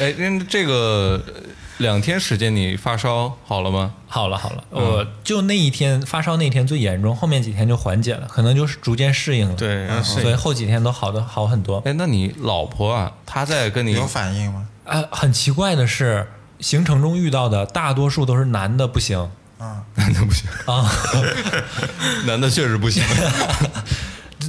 Speaker 1: 哎，那这个呃两天时间你发烧好了吗？
Speaker 3: 好了好了，
Speaker 1: 嗯
Speaker 3: 我就那一天发烧那一天最严重，后面几天就缓解了，可能就是逐渐适应了。
Speaker 4: 对
Speaker 3: 嗯所以后几天都好的好很多。
Speaker 1: 哎，那你老婆啊，她在跟你
Speaker 2: 有反应吗？
Speaker 3: 啊，很奇怪的是，行程中遇到的大多数都是男的不行
Speaker 2: 啊，
Speaker 1: 男的不行，
Speaker 3: 啊，
Speaker 1: 男的确实不行。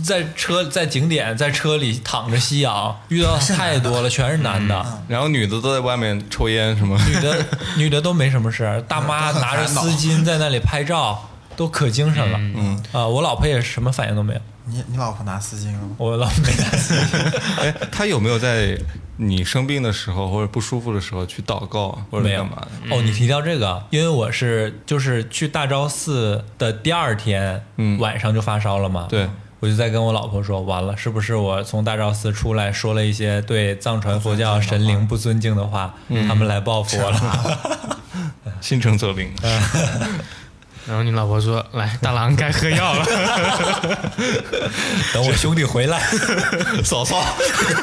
Speaker 3: 在车在景点在车里躺着吸氧，遇到太多了，全是男的，
Speaker 1: 然后女的都在外面抽烟什么，
Speaker 3: 女 的女的都没什么事儿，大妈
Speaker 2: 嗯都很
Speaker 3: 拿着
Speaker 2: 烦恼
Speaker 3: 丝巾在那里拍照，都可精神了。嗯啊，我老婆也什么反应都没有，
Speaker 2: 你你老婆拿丝巾了 吗？
Speaker 3: 我老婆没拿丝巾。
Speaker 1: 哎，她有没有在你生病的时候或者不舒服的时候去祷告啊或者
Speaker 3: 没 有
Speaker 1: 干嘛的？
Speaker 2: 嗯
Speaker 3: 哦，你提到这个，因为我是就是去大昭寺的第二天、
Speaker 1: 嗯
Speaker 3: 晚上就发烧了嘛，
Speaker 1: 对，
Speaker 3: 我就在跟我老婆说，完了，是不是我从大昭寺出来说了一些对藏传佛教神灵不尊敬的话，
Speaker 2: 嗯
Speaker 3: 他们来报复我 了？
Speaker 1: 心诚则灵。
Speaker 3: 嗯
Speaker 4: 然后你老婆说，来，大郎该喝药了，
Speaker 3: 等我兄弟回 来，
Speaker 1: 嫂嫂，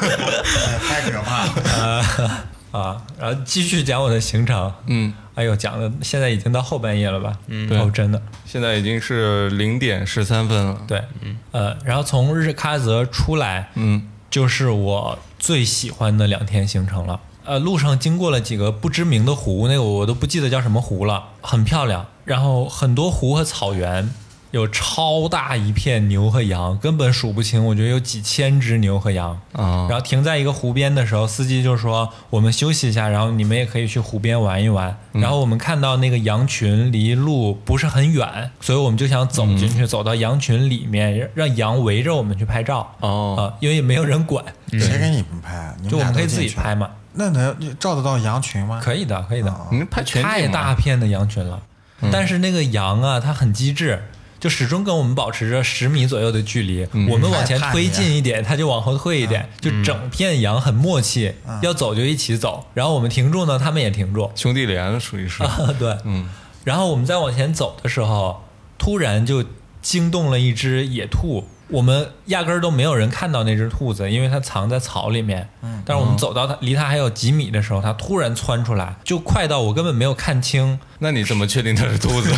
Speaker 2: 哎太可怕了！
Speaker 3: 啊，然后继续讲我的行程。
Speaker 1: 嗯，
Speaker 3: 哎呦，讲的现在已经到后半夜了吧？嗯
Speaker 1: 对
Speaker 3: 哦，真的，
Speaker 1: 现在已经是零点十三分了。
Speaker 3: 对，嗯，呃，然后从日喀则出来，
Speaker 1: 嗯，
Speaker 3: 就是我最喜欢的两天行程了。呃，路上经过了几个不知名的湖，那个我都不记得叫什么湖了，很漂亮。然后很多湖和草原，有超大一片牛和羊，根本数不清，我觉得有几千只牛和羊。
Speaker 1: 啊
Speaker 3: 然后停在一个湖边的时候，司机就说：“我们休息一下，然后你们也可以去湖边玩一玩。
Speaker 1: 嗯
Speaker 3: 然后我们看到那个羊群离路不是很远，所以我们就想走进去，走到羊群里面，让让羊围着我们去拍照。啊、
Speaker 1: 哦，
Speaker 3: 因为也没有人管，
Speaker 2: 谁给你们拍啊？你
Speaker 3: 就
Speaker 2: 们
Speaker 3: 我
Speaker 2: 俩
Speaker 3: 们可以
Speaker 2: 嗯都进
Speaker 3: 自己
Speaker 2: 去了
Speaker 3: 拍嘛，
Speaker 2: 那能你照得到羊群吗？
Speaker 3: 可以的，可以的。
Speaker 2: 哦
Speaker 1: 你拍全景
Speaker 3: 太
Speaker 1: 吗
Speaker 3: 大片的羊群了，
Speaker 2: 嗯
Speaker 3: 但是那个羊啊，它很机智。就始终跟我们保持着十米左右的距离，
Speaker 2: 嗯
Speaker 3: 我们往前推进一点，它就往后退一点，就整片羊很默契，
Speaker 2: 嗯
Speaker 3: 要走就一起走，然后我们停住呢，他们也停住，
Speaker 1: 兄弟连属于是。
Speaker 3: 啊，对，
Speaker 1: 嗯，
Speaker 3: 然后我们再往前走的时候，突然就惊动了一只野兔。我们压根儿都没有人看到那只兔子，因为它藏在草里面。嗯，但是我们走到它离它还有几米的时候，它突然窜出来，就快到我根本没有看清，
Speaker 1: 那你怎么确定它是兔子？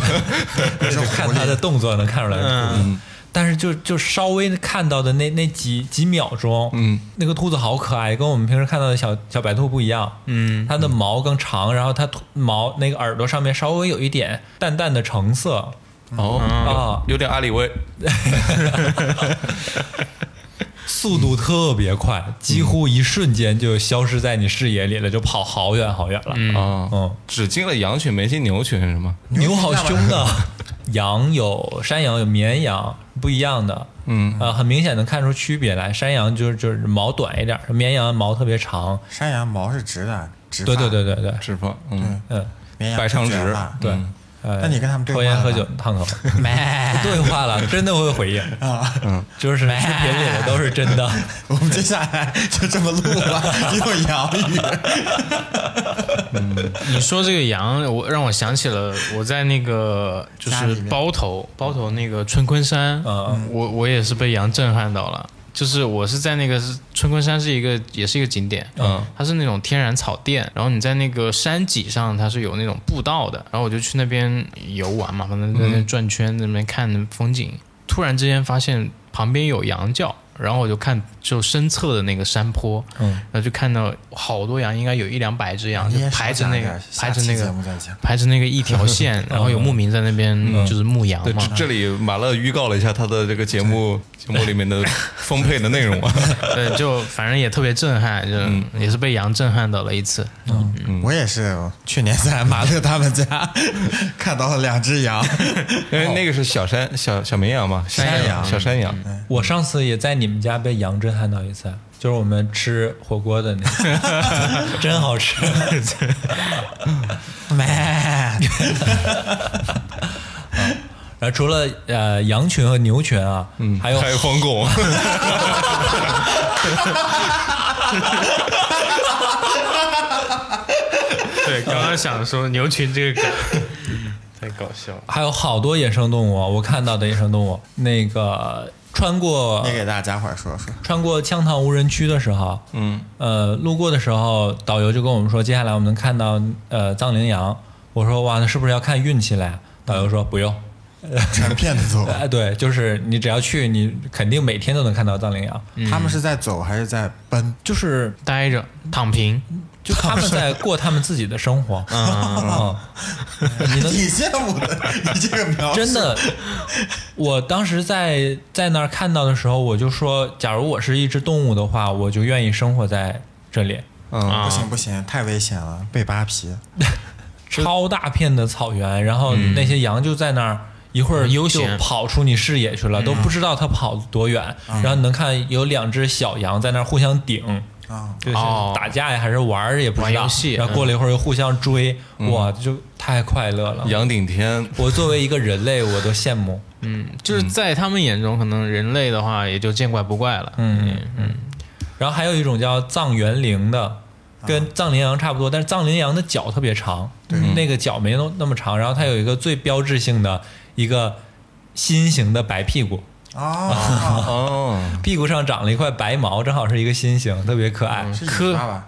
Speaker 3: 就看它的动作能看出来是兔子。但是就就稍微看到的那那几几秒钟，
Speaker 1: 嗯，
Speaker 3: 那个兔子好可爱，跟我们平时看到的小小白兔不一样。
Speaker 4: 嗯，
Speaker 3: 它的毛更长，然后它兔毛那个耳朵上面稍微有一点淡淡的橙色，
Speaker 1: 哦，
Speaker 3: 啊，
Speaker 1: 有点阿里威。
Speaker 3: 速度特别快，
Speaker 2: 嗯
Speaker 3: 几乎一瞬间就消失在你视野里了，就跑好远好远了。
Speaker 1: 啊，
Speaker 3: 嗯
Speaker 1: 只进了羊群，没进牛群是吗？
Speaker 3: 牛好凶的， 羊有山羊有绵羊，不一样的。
Speaker 1: 嗯，
Speaker 3: 呃，很明显能看出区别来，山羊就是就是毛短一点，绵羊毛特别长。
Speaker 2: 山羊毛是直的，直发
Speaker 3: 对对，对对对，
Speaker 1: 是吧？嗯，
Speaker 3: 嗯，
Speaker 2: 绵羊
Speaker 1: 白长直
Speaker 2: 是卷发
Speaker 3: 对，
Speaker 1: 嗯
Speaker 3: 嗯、哎
Speaker 2: 那你跟他们对话
Speaker 3: 抽烟
Speaker 2: 了
Speaker 3: 喝
Speaker 2: 吗
Speaker 3: 酒烫 头，
Speaker 5: 没，
Speaker 3: 对话了，真的会回应，
Speaker 2: 啊，
Speaker 3: 就是视频里的都是真的。
Speaker 2: 我们接下来就这么录 吧，用洋语。
Speaker 4: 你说这个羊，我让我想起了我在那个就
Speaker 2: 家
Speaker 4: 是
Speaker 2: 里面
Speaker 4: 包头包头那个春昆山，
Speaker 3: 嗯
Speaker 4: 我我也是被羊震撼到了。就是我是在那个是春昆山是一个也是一个景点，
Speaker 3: 嗯，
Speaker 4: 它是那种天然草甸，然后你在那个山脊上它是有那种步道的，然后我就去那边游玩嘛，反正在那边转圈，在那边看风景，突然之间发现旁边有羊叫，然后我就看就身侧的那个山坡，
Speaker 3: 嗯
Speaker 4: 然后就看到好多羊，应该有一两百只羊，就
Speaker 2: 你也少
Speaker 4: 排着
Speaker 2: 讲
Speaker 4: 那
Speaker 2: 点
Speaker 4: 个
Speaker 2: 下
Speaker 4: 排着
Speaker 2: 期
Speaker 4: 那
Speaker 2: 节
Speaker 4: 个
Speaker 2: 目再讲。嗯
Speaker 4: 排成那个一 条线，然后有牧民在那边就是牧羊
Speaker 1: 对，
Speaker 4: 嘛
Speaker 1: 这。这里马乐预告了一下他的这个节目节目里面的丰沛的内容啊。
Speaker 4: 对，就反正也特别震撼，
Speaker 2: 嗯
Speaker 4: 就也是被羊震撼到了一次。
Speaker 3: 嗯
Speaker 2: 我也是去年在马乐他们家 看到了两 只羊，
Speaker 1: 因为那个是小山小小绵羊嘛，小
Speaker 2: 山羊
Speaker 1: 小山羊，
Speaker 3: 我上次也在你们家被羊震撼到一次，就是我们吃火锅的 那次，真好 吃。
Speaker 2: 没，
Speaker 3: 然后除了呃羊群和牛群啊，嗯，还有
Speaker 1: 还有疯狗，
Speaker 4: 对，刚刚想说牛群这个梗太搞笑了。
Speaker 3: 还有好多野生动物啊，我看到的野生动物，那个穿过
Speaker 2: 你给大家伙儿说说，
Speaker 3: 穿过羌塘无人区的时候，
Speaker 1: 嗯，
Speaker 3: 呃，路过的时候，导游就跟我们说，接下来我们能看到呃藏羚羊。我说哇，那是不是要看运气了呀？导游说不用，
Speaker 2: 成片子走。
Speaker 3: 哎，对，就是你只要去，你肯定每天都能看到藏羚羊。
Speaker 2: 他们是在走还是在奔？
Speaker 3: 就是
Speaker 4: 待着，躺平，
Speaker 3: 就他们在过他们自己的生活，嗯，你能
Speaker 2: 你羡慕的，你这个描述
Speaker 3: 真的，我当时在在那儿看到的时候，我就说，假如我是一只动物的话，我就愿意生活在这里。
Speaker 1: 嗯，
Speaker 2: 不行不
Speaker 3: 啊
Speaker 2: 行，太危险了，被扒皮。
Speaker 3: 超大片的草原，然后那些羊就在那儿。一会儿
Speaker 4: 嗯悠
Speaker 3: 就
Speaker 4: 闲
Speaker 3: 跑出你视野去了，都不知道它跑多远。然后你能看有两只小羊在那儿互相顶，
Speaker 2: 啊
Speaker 3: 就是
Speaker 4: 哦
Speaker 3: 打架呀，还是玩儿也不知道。
Speaker 4: 玩游戏嗯
Speaker 3: 然后过了一会儿又互相追，哇，就太快乐了。
Speaker 1: 羊顶天，
Speaker 3: 我作为一个人类，我都羡慕。
Speaker 4: 嗯，就是在他们眼中，可能人类的话也就见怪不怪了。
Speaker 3: 嗯嗯。然后还有一种叫藏原羚的，跟藏羚羊差不多，但是藏羚羊的脚特别长，
Speaker 4: 嗯
Speaker 3: 那个脚没那那么长。然后它有一个最标志性的一个心形的白屁股， 啊
Speaker 2: 哦，
Speaker 1: 哦，
Speaker 3: 屁股上长了一块白毛，正好是一个心形，特别可爱。
Speaker 4: 嗯
Speaker 2: 是尾巴吧？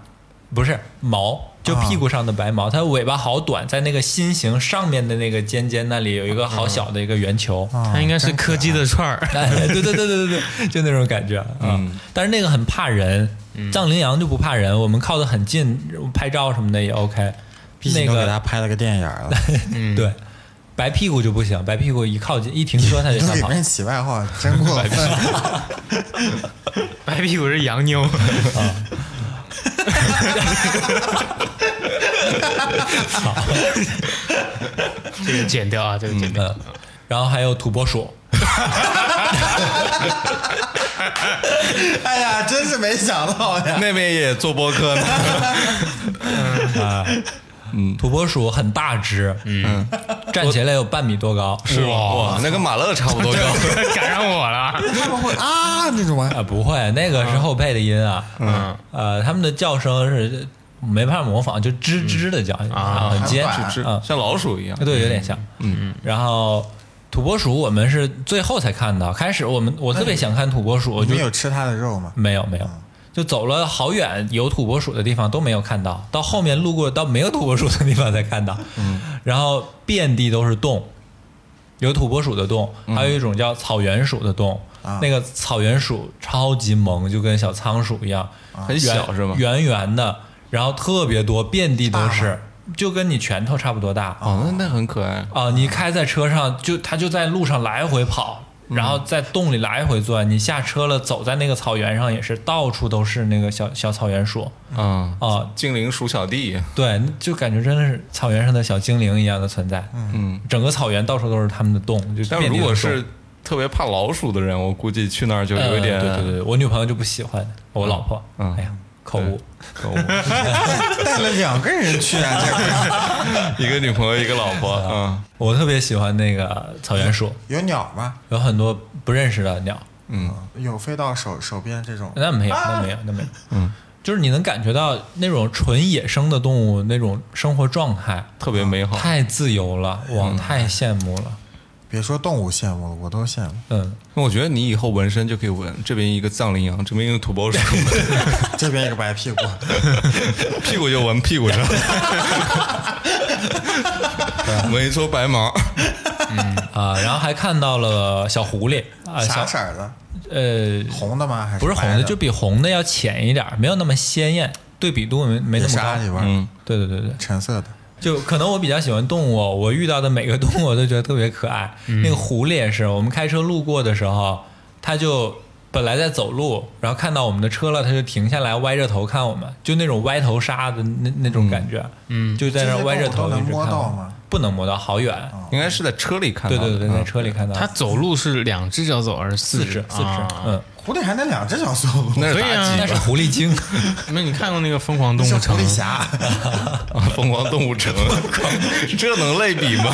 Speaker 3: 不是毛，就屁股上的白
Speaker 2: 啊
Speaker 3: 毛，它尾巴好短，在那个心形上面的那个尖尖那里有一个好小的一个圆球。
Speaker 2: 啊
Speaker 4: 它应该是柯基的 串儿，
Speaker 3: 哎， 对对对对对对，就那种感觉啊。
Speaker 2: 嗯
Speaker 3: 但是那个很怕人，藏羚羊就不怕人，我们靠得很近，拍照什么的也 OK。
Speaker 2: 毕
Speaker 3: 那
Speaker 2: 竟都给他
Speaker 3: 个
Speaker 2: 嗯拍了个电影了，
Speaker 3: 对，白屁股就不行，白屁股一靠近一停车它就
Speaker 2: 都
Speaker 3: 想
Speaker 2: 给
Speaker 3: 跑
Speaker 2: 别。人起外号，真过 分。
Speaker 4: 白屁股是洋妞，这个剪掉啊，这个剪掉。
Speaker 3: 嗯， 然后还有土拨鼠，
Speaker 2: 哎呀，真是没想到呀！
Speaker 1: 那边也做播客呢，
Speaker 2: 嗯
Speaker 3: 土拨鼠很大只，嗯，站起来有半米多高。
Speaker 1: 是吧？哇，那跟马乐差不多高，
Speaker 4: 赶上我了，
Speaker 2: 他们会啊那种吗？
Speaker 3: 啊，不会，那个是后配的音啊。
Speaker 4: 嗯，
Speaker 3: 呃，他们的叫声是没法模仿，就吱吱的叫嗯啊，很尖
Speaker 2: 还
Speaker 1: 是
Speaker 3: 啊，
Speaker 1: 像老鼠一样，
Speaker 3: 对，有点像。嗯，然后土拨鼠我们是最后才看到，开始我们我特别想看土拨鼠，我
Speaker 2: 你
Speaker 3: 就
Speaker 2: 们有吃它的肉吗？啊
Speaker 3: 没有没有。就走了好远，有土拨鼠的地方都没有看到，到后面路过到没有土拨鼠的地方才看到，嗯，然后遍地都是洞，有土拨鼠的洞，还有一种叫草原鼠的洞，
Speaker 2: 嗯啊
Speaker 3: 那个草原鼠超级萌，就跟小仓鼠一样，
Speaker 2: 啊
Speaker 1: 很小是吗？
Speaker 3: 圆圆的，然后特别多，遍地都是，就跟你拳头差不多大啊、
Speaker 1: 哦，那那很可爱，
Speaker 3: 你开在车上，就它就在路上来回跑，然后在洞里来回钻。你下车了，走在那个草原上也是，到处都是那个小小草原鼠
Speaker 1: 嗯，
Speaker 3: 啊、
Speaker 1: 精灵鼠小弟，
Speaker 3: 对，就感觉真的是草原上的小精灵一样的存在。
Speaker 1: 嗯，
Speaker 3: 整个草原到处都是它们的洞，就
Speaker 1: 但
Speaker 3: 遍
Speaker 1: 如
Speaker 3: 地
Speaker 1: 果
Speaker 3: 都洞
Speaker 1: 是特别怕老鼠的人，我估计去那儿就
Speaker 3: 呃
Speaker 1: 有一点，
Speaker 3: 对对对，我女朋友就不喜欢我老婆，
Speaker 1: 嗯
Speaker 3: 哎呀，口误，
Speaker 1: 口误，
Speaker 2: 带了两个人去啊，这个
Speaker 1: 一个女朋友，一个老 婆，嗯
Speaker 3: 我特别喜欢那个草原鼠，
Speaker 2: 有鸟吗？
Speaker 3: 有很多不认识的鸟，
Speaker 1: 嗯，
Speaker 2: 有飞到手手边这种？
Speaker 3: 那没有，那没有，那没有，嗯，就是你能感觉到那种纯野生的动物那种生活状态，
Speaker 1: 特别美好。
Speaker 3: 太自由了，哇，太羡慕了，
Speaker 2: 别说动物羡慕了，我都羡 慕。
Speaker 3: 嗯，
Speaker 1: 那我觉得你以后纹身就可以纹这边一个藏羚羊，这边一个土 拨鼠，
Speaker 2: 这边一个白屁股，
Speaker 1: 屁股就纹屁股 上，纹一撮白 毛。
Speaker 3: 啊，然后还看到了小狐狸啊，
Speaker 2: 啥
Speaker 3: 小
Speaker 2: 色儿的？
Speaker 3: 呃，
Speaker 2: 红的吗？还是
Speaker 3: 不是红
Speaker 2: 白
Speaker 3: 的，
Speaker 2: 的？
Speaker 3: 就比红的要浅一点儿，没有那么鲜艳，对比度没没那么
Speaker 2: 沙
Speaker 3: 高。
Speaker 2: 里边儿
Speaker 1: 嗯，
Speaker 3: 对对对对，
Speaker 2: 橙色的。
Speaker 3: 就可能我比较喜欢动物，我遇到的每个动物我都觉得特别可爱。那个狐狸也是，我们开车路过的时候，它就本来在走路，然后看到我们的车了，它就停下来，歪着头看我们，就那种歪头杀的那那种感觉，嗯，就在那歪着头
Speaker 2: 这
Speaker 3: 一
Speaker 2: 些动物
Speaker 3: 直看
Speaker 2: 都能摸到
Speaker 3: 我们
Speaker 2: 吗，
Speaker 3: 不能摸到，好远。
Speaker 1: 应该是在车里看
Speaker 3: 对
Speaker 1: 到的。
Speaker 3: 对对，
Speaker 1: 嗯
Speaker 3: 在车里看到
Speaker 4: 它走路是两只脚走还是
Speaker 3: 四
Speaker 4: 四
Speaker 3: 只四只
Speaker 4: 啊，
Speaker 3: 嗯，
Speaker 2: 狐狸还能两只脚走路，
Speaker 1: 那是
Speaker 4: 所以啊
Speaker 1: 妲
Speaker 3: 那
Speaker 1: 己
Speaker 3: 是狐狸精。
Speaker 4: 那你看过那个《疯狂
Speaker 2: 那
Speaker 4: 动
Speaker 2: 是
Speaker 4: 物
Speaker 2: 狐
Speaker 4: 城
Speaker 2: 狸》？侠。
Speaker 1: 啊疯狂动物城，这能类比吗？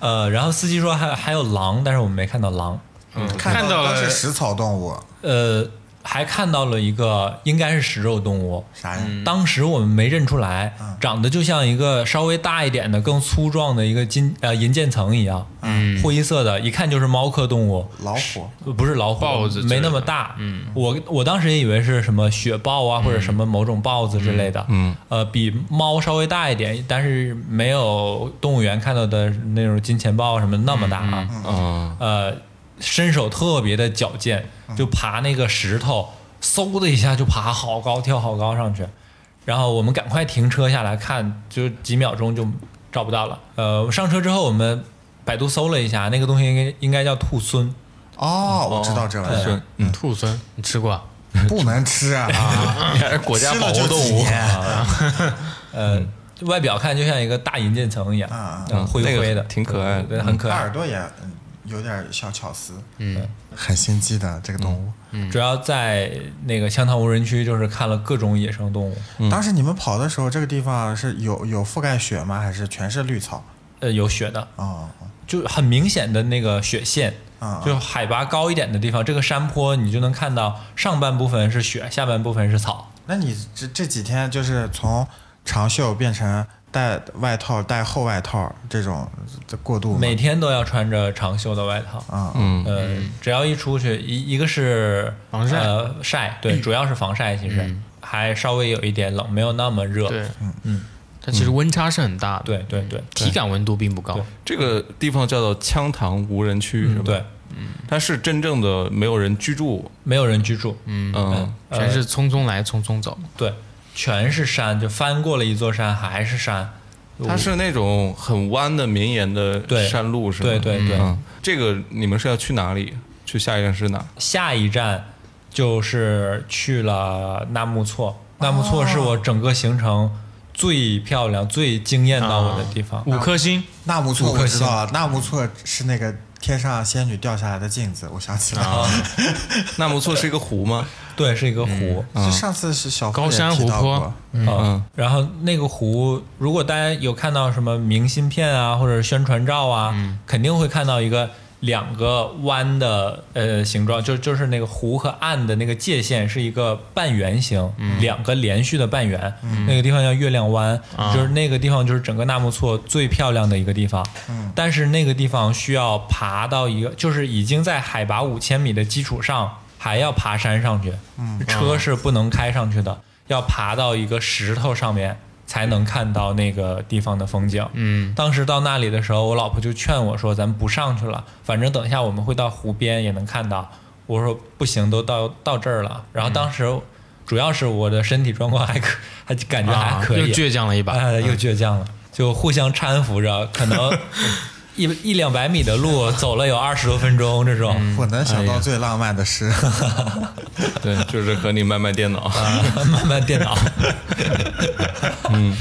Speaker 3: 呃，然后司机说还还有狼，但是我们没看到狼。
Speaker 4: 嗯，
Speaker 2: 看
Speaker 4: 到
Speaker 2: 到的
Speaker 4: 了
Speaker 2: 都是食草动物，
Speaker 3: 呃，还看到了一个应该是食肉动物，
Speaker 2: 啥呀？
Speaker 3: 当时我们没认出来，长得就像一个稍微大一点的、更粗壮的一个金呃银渐层一样，嗯，灰色的，一看就是猫科动物，
Speaker 2: 老虎。
Speaker 3: 呃不是老虎，
Speaker 4: 豹子之类的
Speaker 3: 没那么大。嗯，我我当时也以为是什么雪豹啊，或者什么某种豹子之类的。嗯，呃，比猫稍微大一点，但是没有动物园看到的那种金钱豹什么那么大啊。
Speaker 4: 嗯
Speaker 1: 啊，
Speaker 3: 呃，身手特别的矫健，
Speaker 4: 嗯
Speaker 3: 就爬那个石头，嗖的一下就爬好高，跳好高上去。然后我们赶快停车下来看，就几秒钟就找不到了。呃，上车之后我们百度搜了一下，那个东西应该应该叫兔狲，
Speaker 2: 哦，我知道这玩意
Speaker 1: 是
Speaker 2: 儿，
Speaker 1: 嗯，
Speaker 4: 兔狲，你吃过啊？
Speaker 2: 不能吃 啊！
Speaker 1: 你还是国家
Speaker 2: 吃
Speaker 1: 保
Speaker 2: 了
Speaker 1: 护
Speaker 2: 就
Speaker 1: 动
Speaker 2: 几
Speaker 1: 物。
Speaker 2: 年
Speaker 3: 呃，
Speaker 1: 嗯
Speaker 3: 外表看就像一个大银渐层一样，
Speaker 2: 啊
Speaker 3: 嗯灰
Speaker 1: 那个
Speaker 3: 灰的，
Speaker 1: 挺可爱的
Speaker 3: 对，对很可
Speaker 2: 它
Speaker 3: 爱
Speaker 2: 耳。朵也嗯有点小巧思，嗯，很心机的这个动物。
Speaker 1: 嗯
Speaker 3: 主要在那个香堂无人区，就是看了各种野生动物，
Speaker 2: 当时你们跑的时候，这个地方是有有覆盖雪吗？还是全是绿草？
Speaker 3: 呃，有雪的，
Speaker 2: 哦，
Speaker 3: 就很明显的那个雪线，
Speaker 2: 啊
Speaker 3: 就海拔高一点的地方，这个山坡你就能看到上半部分是雪，下半部分是草。
Speaker 2: 那你这这几天就是从长袖变成带外套、带厚外套这种这过渡吗？
Speaker 3: 每天都要穿着长袖的外套，
Speaker 2: 啊，
Speaker 1: 嗯，
Speaker 3: 呃，只要一出去，一一个是
Speaker 4: 防晒嗯
Speaker 3: 呃晒，对，主要是防晒，其实、
Speaker 1: 嗯
Speaker 3: 还稍微有一点冷，没有那么热。
Speaker 4: 对，嗯嗯，它其实温差是很大的，
Speaker 3: 对对对
Speaker 4: 体感温度并不高
Speaker 3: 对。
Speaker 1: 这个地方叫做羌塘无人区，嗯是吧？
Speaker 3: 嗯对，
Speaker 1: 它是真正的没有人居住。
Speaker 3: 没有人居住，
Speaker 1: 嗯，
Speaker 3: 哎
Speaker 4: 全是匆匆来，匆匆走。
Speaker 3: 对，全是山，就翻过了一座山还是山。
Speaker 1: 它是那种很弯的绵延的
Speaker 3: 对
Speaker 1: 山路，是吗？
Speaker 3: 对对对
Speaker 1: 嗯，这个你们是要去哪里？去下一站 是哪？
Speaker 3: 下一站就是去了纳木错，纳木
Speaker 1: 哦
Speaker 3: 错是我整个行程最漂亮、最惊艳到我的地方。
Speaker 1: 哦
Speaker 4: 五颗星，
Speaker 2: 纳木错
Speaker 3: 五颗
Speaker 2: 我知道啊了，纳木错是那个天上仙女掉下来的镜子，我想起来了。
Speaker 1: 纳木错是一个湖 吗？
Speaker 3: 对，是一个
Speaker 1: 嗯
Speaker 3: 湖。
Speaker 2: 就上次是小
Speaker 4: 高山湖泊，
Speaker 3: 嗯然后那个湖，如果大家有看到什么明信片啊，或者宣传照啊，肯定会看到一个两个弯的呃形状，就就是那个湖和岸的那个界限是一个半圆形，两个连续的半圆，那个地方叫月亮湾，就是那个地方就是整个纳木错最漂亮的一个地方。
Speaker 4: 嗯
Speaker 3: 但是那个地方需要爬到一个，就是已经在海拔五千米的基础上，还要爬山上去，
Speaker 4: 嗯
Speaker 3: 车是不能开上去的。要爬到一个石头上面才能看到那个地方的风景。
Speaker 4: 嗯，
Speaker 3: 当时到那里的时候，我老婆就劝我说：“咱不上去了，反正等一下我们会到湖边也能看到。”我说：“不行，都到到这儿了。”然后当时
Speaker 4: 嗯
Speaker 3: 主要是我的身体状况还可，还感觉还
Speaker 4: 啊，
Speaker 3: 可
Speaker 4: 又
Speaker 3: 以，
Speaker 4: 倔强了一把。
Speaker 3: 哎
Speaker 2: 嗯
Speaker 3: 又倔强了，就互相搀扶着，可能 一一两百米的路走了有二十多分钟这种。
Speaker 2: 我能想到最浪漫的诗，
Speaker 1: 对，就是和你卖卖电脑。
Speaker 3: 啊， 慢慢电 脑。嗯，
Speaker 2: 嗯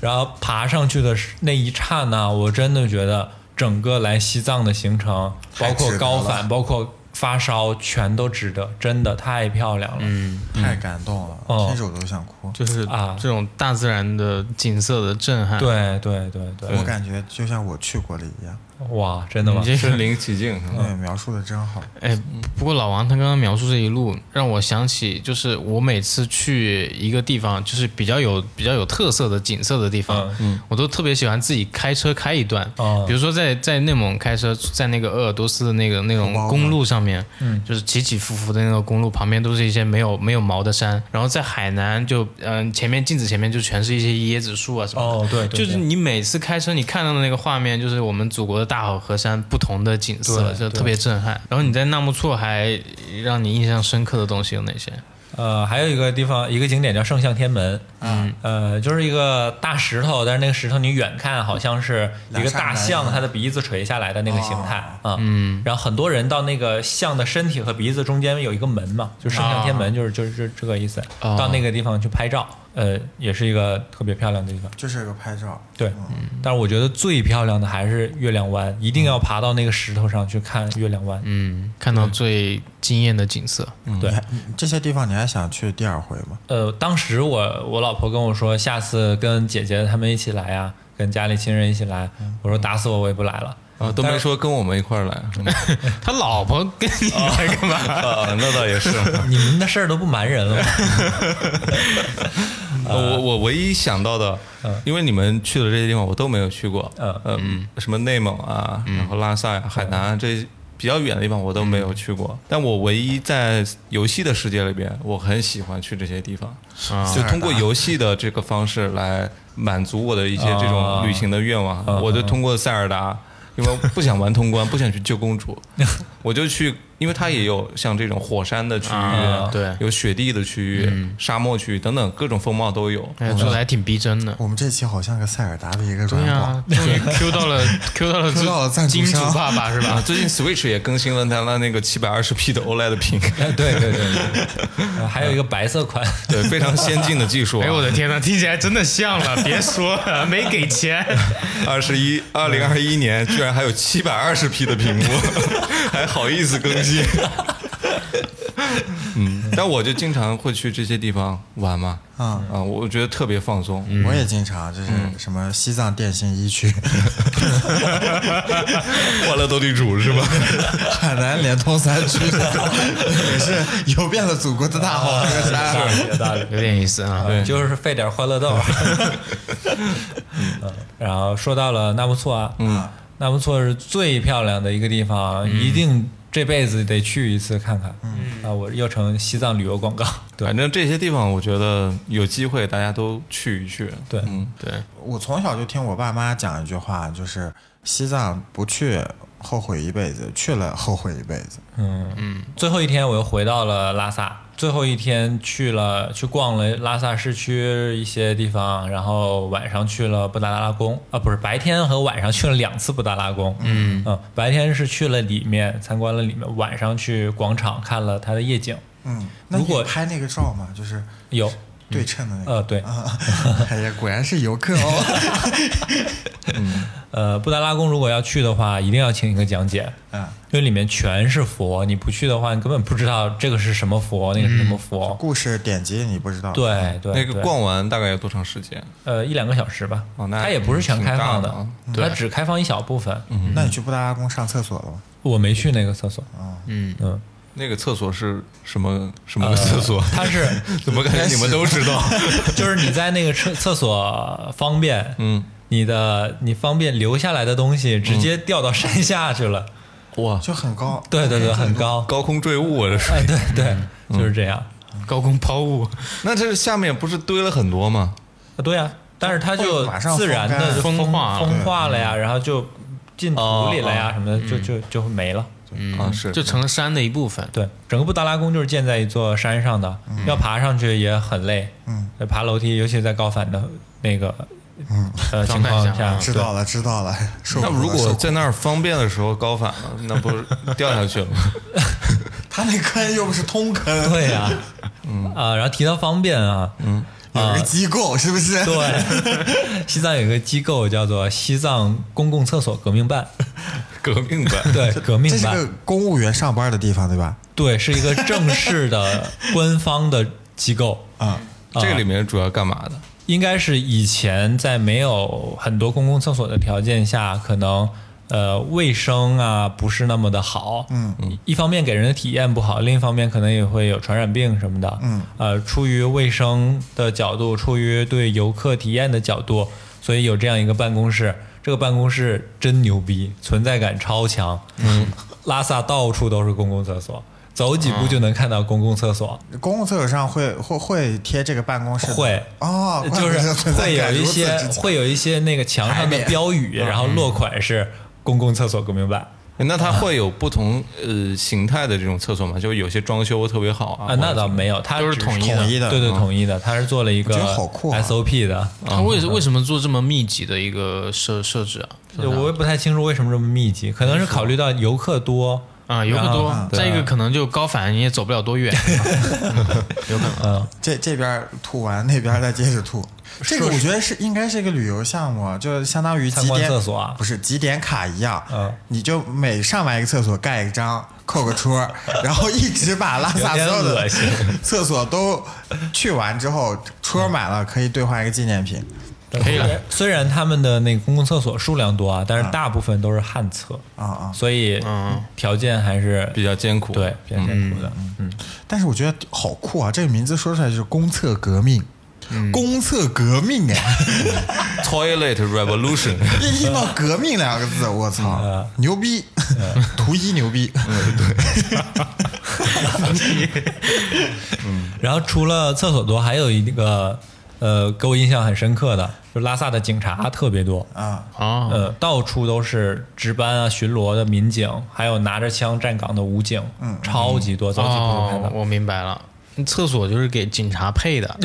Speaker 3: 然后爬上去的时那一刹那，我真的觉得整个来西藏的行程，
Speaker 2: 太
Speaker 3: 包括
Speaker 2: 值得
Speaker 3: 高
Speaker 2: 了
Speaker 3: 反，包括发烧全都值得，真的太漂亮了。
Speaker 4: 嗯，
Speaker 2: 太感动了，
Speaker 3: 哦
Speaker 2: 听着我都想哭。
Speaker 4: 就是
Speaker 3: 啊
Speaker 4: 这种大自然的景色的震撼。，
Speaker 3: 对对对
Speaker 2: 我
Speaker 3: 对，
Speaker 2: 感觉就像我去过了一样。
Speaker 3: 哇，真的吗？
Speaker 4: 你 这
Speaker 1: 身临其境。
Speaker 3: 嗯
Speaker 2: 对，描述的真好。
Speaker 4: 哎，不过老王他刚刚描述这一路，让我想起，就是我每次去一个地方，就是比较有比较有特色的景色的地方
Speaker 3: 嗯，
Speaker 4: 我都特别喜欢自己开车开一段。
Speaker 3: 哦
Speaker 4: 比如说在在内蒙开车，在那个鄂尔多斯的那个那种
Speaker 2: 红包吗
Speaker 4: 公路上面，
Speaker 3: 嗯
Speaker 4: 就是起起伏伏的那个公路，旁边都是一些没有没有毛的山。然后在海南就，嗯、前面镜子前面就全是一些椰子树啊什么的。
Speaker 3: 哦，对，对
Speaker 4: 就是
Speaker 3: 对
Speaker 4: 你每次开车，你看到的那个画面，就是我们祖国的大好河山不同的景色，
Speaker 3: 对
Speaker 4: 就
Speaker 3: 对
Speaker 4: 特别震撼。然后你在纳木错还让你印象深刻的东西有哪些？
Speaker 3: 呃，还有一个地方，一个景点叫圣象天门，嗯，呃，就是一个大石头，但是那个石头你远看好像是一个大
Speaker 2: 两扇
Speaker 3: 象，
Speaker 2: 门哦
Speaker 3: 它的鼻子垂下来的那个形态啊，嗯，然后很多人到那个象的身体和鼻子中间有一个门嘛，就圣象天
Speaker 2: 哦
Speaker 3: 门，就是就是这这个意思，
Speaker 4: 哦
Speaker 3: 到那个地方去拍照，呃，也是一个特别漂亮的地方。
Speaker 2: 就是个拍照，
Speaker 3: 对，但是我觉得最漂亮的还是月亮湾，一定要爬到那个石头上去看月亮湾。
Speaker 4: 嗯，看到最惊艳的景色。
Speaker 3: 对
Speaker 2: 你，还你哎这些地方你还想去第二回吗？
Speaker 3: 呃，当时我我老婆跟我说，下次跟姐姐她们一起来呀，跟家里亲人一起来。我说打死我我也不 来了。
Speaker 1: 啊，都没说跟我们一块儿来，
Speaker 4: 他老婆跟你来干嘛？
Speaker 1: 啊，那倒也是。
Speaker 3: 你们的事儿都不瞒人了吗？
Speaker 1: 呃我我唯一想到的，因为你们去的这些地方我都没有去过，
Speaker 3: 嗯
Speaker 1: 嗯，什么内蒙啊，然后拉萨呀、海南啊这比较远的地方我都没有去过，但我唯一在游戏的世界里边，我很喜欢去这些地方，
Speaker 4: 啊
Speaker 1: 就通过游戏的这个方式来满足我的一些这
Speaker 4: 啊
Speaker 1: 种旅行的愿望。我就通过塞尔达，因为不想玩 通关，不想去救公主，我就去，因为它也有像这种火山的区
Speaker 4: 啊嗯
Speaker 1: 域，
Speaker 4: 对
Speaker 1: 有雪地的区域、沙漠区域等等各种风貌 都有。
Speaker 4: 哎，做的还挺逼真的。
Speaker 2: 我们这期好像个塞尔达的一个
Speaker 4: 对
Speaker 2: 软广，
Speaker 4: 啊，终于 Q 到了 Q 到了
Speaker 2: Q 到了赞助
Speaker 4: 金
Speaker 2: 商
Speaker 4: 主爸 爸是
Speaker 1: 啊，
Speaker 4: 吧？
Speaker 1: 最近 Switch 也更新了它的那个七百二十 P 的 OLED 屏，
Speaker 3: 哎对对对对 对、呃还有一个白色 款，
Speaker 1: 对，非常先进的技术、
Speaker 4: 哎，我
Speaker 1: 啊。
Speaker 4: 的天呐，听起来真的像了， 别说了，没给钱。
Speaker 1: 二十一，二零二一年居然还有七百二十 P 的 屏幕，还好意思更新？嗯，但我就经常会去这些地方玩嘛，啊
Speaker 2: 嗯
Speaker 1: 我觉得特别放松。
Speaker 4: 嗯
Speaker 3: 嗯
Speaker 2: 我也经常就是什么西藏电信一区、
Speaker 1: 欢乐斗地主是吧？
Speaker 2: 海南联通三区， 也是游遍了祖国的大好河
Speaker 3: 哦大
Speaker 2: 山。
Speaker 3: 理的 嗯大理。
Speaker 4: 有点意思啊。
Speaker 1: 对
Speaker 3: 就是费点欢乐豆。 嗯，然后说到了纳木错啊，嗯，纳木错是最漂亮的一个地方，啊一定这辈子得去一次看看。嗯，啊，我又成西藏旅游广告。对
Speaker 1: 反正这些地方，我觉得有机会大家都去一去。
Speaker 3: 对，
Speaker 1: 嗯，
Speaker 4: 对，
Speaker 2: 我从小就听我爸妈讲一句话，就是西藏不去后悔一辈子，去了后悔一辈子。
Speaker 3: 嗯嗯。最后一天我又回到了拉萨，最后一天去了去逛了拉萨市区一些地方，然后晚上去了布达拉宫啊，不是白天和晚上去了两次布达拉宫。嗯白天是去了里面参观了里面，晚上去广场看了它的夜景。
Speaker 2: 嗯，那
Speaker 3: 如果
Speaker 2: 你拍那个照嘛，就是
Speaker 3: 有，
Speaker 2: 对称的那个。
Speaker 3: 呃，对，
Speaker 2: 啊，哎呀，果然是游客哦。
Speaker 3: 呃，布达拉宫如果要去的话，一定要请一个讲解，
Speaker 2: 嗯，
Speaker 3: 因为里面全是佛，你不去的话，你根本不知道这个是什么佛，那个是什么佛。
Speaker 2: 故事典籍你不知道。
Speaker 3: 对对，
Speaker 1: 那个
Speaker 3: 对
Speaker 1: 逛完大概要多长时间？
Speaker 3: 呃一两个小时吧，
Speaker 1: 哦那
Speaker 3: 它也不是全开放嗯
Speaker 1: 挺大的啊嗯
Speaker 3: 它只开放一小部分。
Speaker 2: 那你去布达拉宫上厕所了吗？
Speaker 3: 我没去那个厕所，
Speaker 4: 嗯，
Speaker 3: 嗯，呃
Speaker 1: 那个厕所是什
Speaker 4: 呃
Speaker 1: 么什哦么个厕 所？
Speaker 3: 它 是
Speaker 1: 怎么感觉你们都知道？
Speaker 3: 就是你在那个厕厕所方便，
Speaker 1: 嗯，
Speaker 3: 你的你方便留下来的东西直接掉到山下去了，
Speaker 1: 哇，
Speaker 2: 就很高。
Speaker 3: 对对对，很高，
Speaker 1: 高空坠物啊！这是
Speaker 3: 哎，对对，
Speaker 1: 嗯
Speaker 3: 就是这样。
Speaker 4: 高空抛物，
Speaker 1: 那这下面不是堆了很多吗？
Speaker 3: 啊，对呀、但是它就
Speaker 2: 马上
Speaker 3: 自然的就
Speaker 4: 风
Speaker 3: 风
Speaker 4: 干风化
Speaker 3: 风化了呀，然后就进土里了
Speaker 1: 哦
Speaker 3: 呀，什么的，就
Speaker 1: 嗯
Speaker 3: 就就没了。
Speaker 1: 啊，是
Speaker 4: 嗯就成了山的一部分。
Speaker 3: 对，整个布达拉宫就是建在一座山上的，要爬上去也很累，
Speaker 2: 嗯，
Speaker 3: 爬楼梯，尤其在高反的那个
Speaker 2: 嗯，
Speaker 3: 呃
Speaker 4: 状
Speaker 3: 情
Speaker 4: 态
Speaker 3: 况
Speaker 4: 下啊
Speaker 2: 知道了，知道了。受
Speaker 1: 那
Speaker 2: 苦了
Speaker 1: 如果
Speaker 2: 受苦
Speaker 1: 在那儿方便的时候高反了，那 不是掉下去了吗？
Speaker 2: 他那坑又不是通坑，
Speaker 3: 对呀、
Speaker 2: 嗯
Speaker 3: 啊，然后提到方便啊，嗯，
Speaker 2: 有一个机构是不是？
Speaker 3: 对，西藏有一个机构叫做西藏公共厕所革命办，
Speaker 1: 革命吧。
Speaker 3: 对，革命
Speaker 2: 这是
Speaker 3: 版
Speaker 2: 个，公务员上班的地方，对吧？
Speaker 3: 对，是一个正式 的官方的机构。
Speaker 2: 啊、
Speaker 1: 这个里面主要干嘛的？
Speaker 3: 应该是以前在没有很多公共厕所的条件下，可能呃卫生啊不是那么的好，嗯嗯，一方面给人的体验不好，另一方面可能也会有传染病什么的，
Speaker 2: 嗯，
Speaker 3: 呃，出于卫生的角度，出于对游客体验的角度，所以有这样一个办公室。这个办公室真牛逼，存在感超强。嗯，拉萨到处都是公共厕所，走几步就能看到公共厕所。
Speaker 2: 公共厕所上会会会贴这个办公室的
Speaker 3: 会
Speaker 2: 哦，怪
Speaker 3: 就
Speaker 2: 不
Speaker 3: 是
Speaker 2: 得存在
Speaker 3: 会有
Speaker 2: 感
Speaker 3: 一
Speaker 2: 如此
Speaker 3: 些
Speaker 2: 之强
Speaker 3: 会有一些那个墙上的标
Speaker 2: 嗯
Speaker 3: 语，然后落款是“公共厕所革命版
Speaker 2: 啊
Speaker 1: 那它会有不同呃形态的这种厕所吗？就有些装修特别好”啊，
Speaker 3: 啊，那倒没有，它
Speaker 4: 都是
Speaker 3: 只
Speaker 4: 统一的
Speaker 2: 统一的
Speaker 3: 对对，
Speaker 2: 嗯
Speaker 3: 统一的，它是做了一个
Speaker 2: 我觉得好酷啊
Speaker 3: SOP 的。
Speaker 4: 他为为什么做这么密集的一个设设置啊？
Speaker 3: 对我也不太清楚为什么这么密集，可能是考虑到游客多。
Speaker 4: 啊，游客
Speaker 3: 然
Speaker 4: 多
Speaker 3: 后，
Speaker 4: 再一个可能就高反你也走不了多 远，嗯
Speaker 2: 这这边儿吐完，那边儿再接着吐。这个我觉得是应该是一个旅游项目，啊就相当于
Speaker 3: 参
Speaker 2: 几
Speaker 3: 观
Speaker 2: 点
Speaker 3: 厕所啊
Speaker 2: 不是几点卡一样。
Speaker 3: 嗯
Speaker 2: 你就每上完一个厕所盖一张，扣个戳儿，然后一直把拉萨所有
Speaker 3: 有点
Speaker 2: 的
Speaker 3: 恶心
Speaker 2: 厕所都去完之后，戳满了可以兑换一个纪念品。
Speaker 4: 可以了。
Speaker 3: 虽然他们的那个公共厕所数量多啊，但是大部分都是旱厕
Speaker 2: 嗯啊啊
Speaker 3: 所以
Speaker 4: 嗯
Speaker 3: 条件还是
Speaker 1: 比较艰苦。
Speaker 3: 对比较艰苦的。
Speaker 2: 嗯但是我觉得好酷啊！这个名字说出来就是公厕革命，
Speaker 3: 嗯
Speaker 2: 公厕革命哎，
Speaker 1: ，Toilet Revolution
Speaker 2: 一听到革命两个字，我操，
Speaker 3: 嗯
Speaker 2: 牛逼， 图一牛逼，
Speaker 3: 然后除了厕所多，还有一个呃，给我印象很深刻的，就拉萨的警察特别多
Speaker 2: 啊！
Speaker 4: 啊。
Speaker 3: 呃，到处都是值班啊、巡逻的民警，还有拿着枪站岗的武警，嗯，超级多，走几步就看
Speaker 4: 哦
Speaker 3: 到。，
Speaker 4: 我明白了，厕所就是给警察配 的，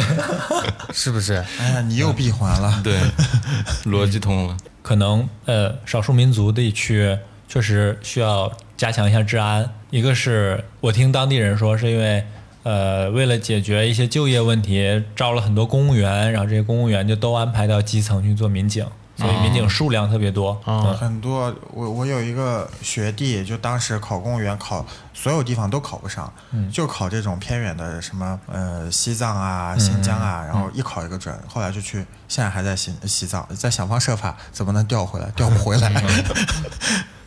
Speaker 4: 是不是？
Speaker 2: 哎呀，你又闭环了。
Speaker 1: 对，逻辑通了。
Speaker 3: 可能呃，少数民族地区确实需要加强一下治安。一个是我听当地人说，是因为呃，为了解决一些就业问题，招了很多公务员，然后这些公务员就都安排到基层去做民警，所以民警数量特别多。嗯
Speaker 2: 很多，我我有一个学弟，就当时考公务员考，所有地方都考不上，就考这种偏远的什么呃西藏啊、新疆啊，然后一考一个准，后来就去，现在还在西西藏，在想方设法怎么能调回来，调不回来。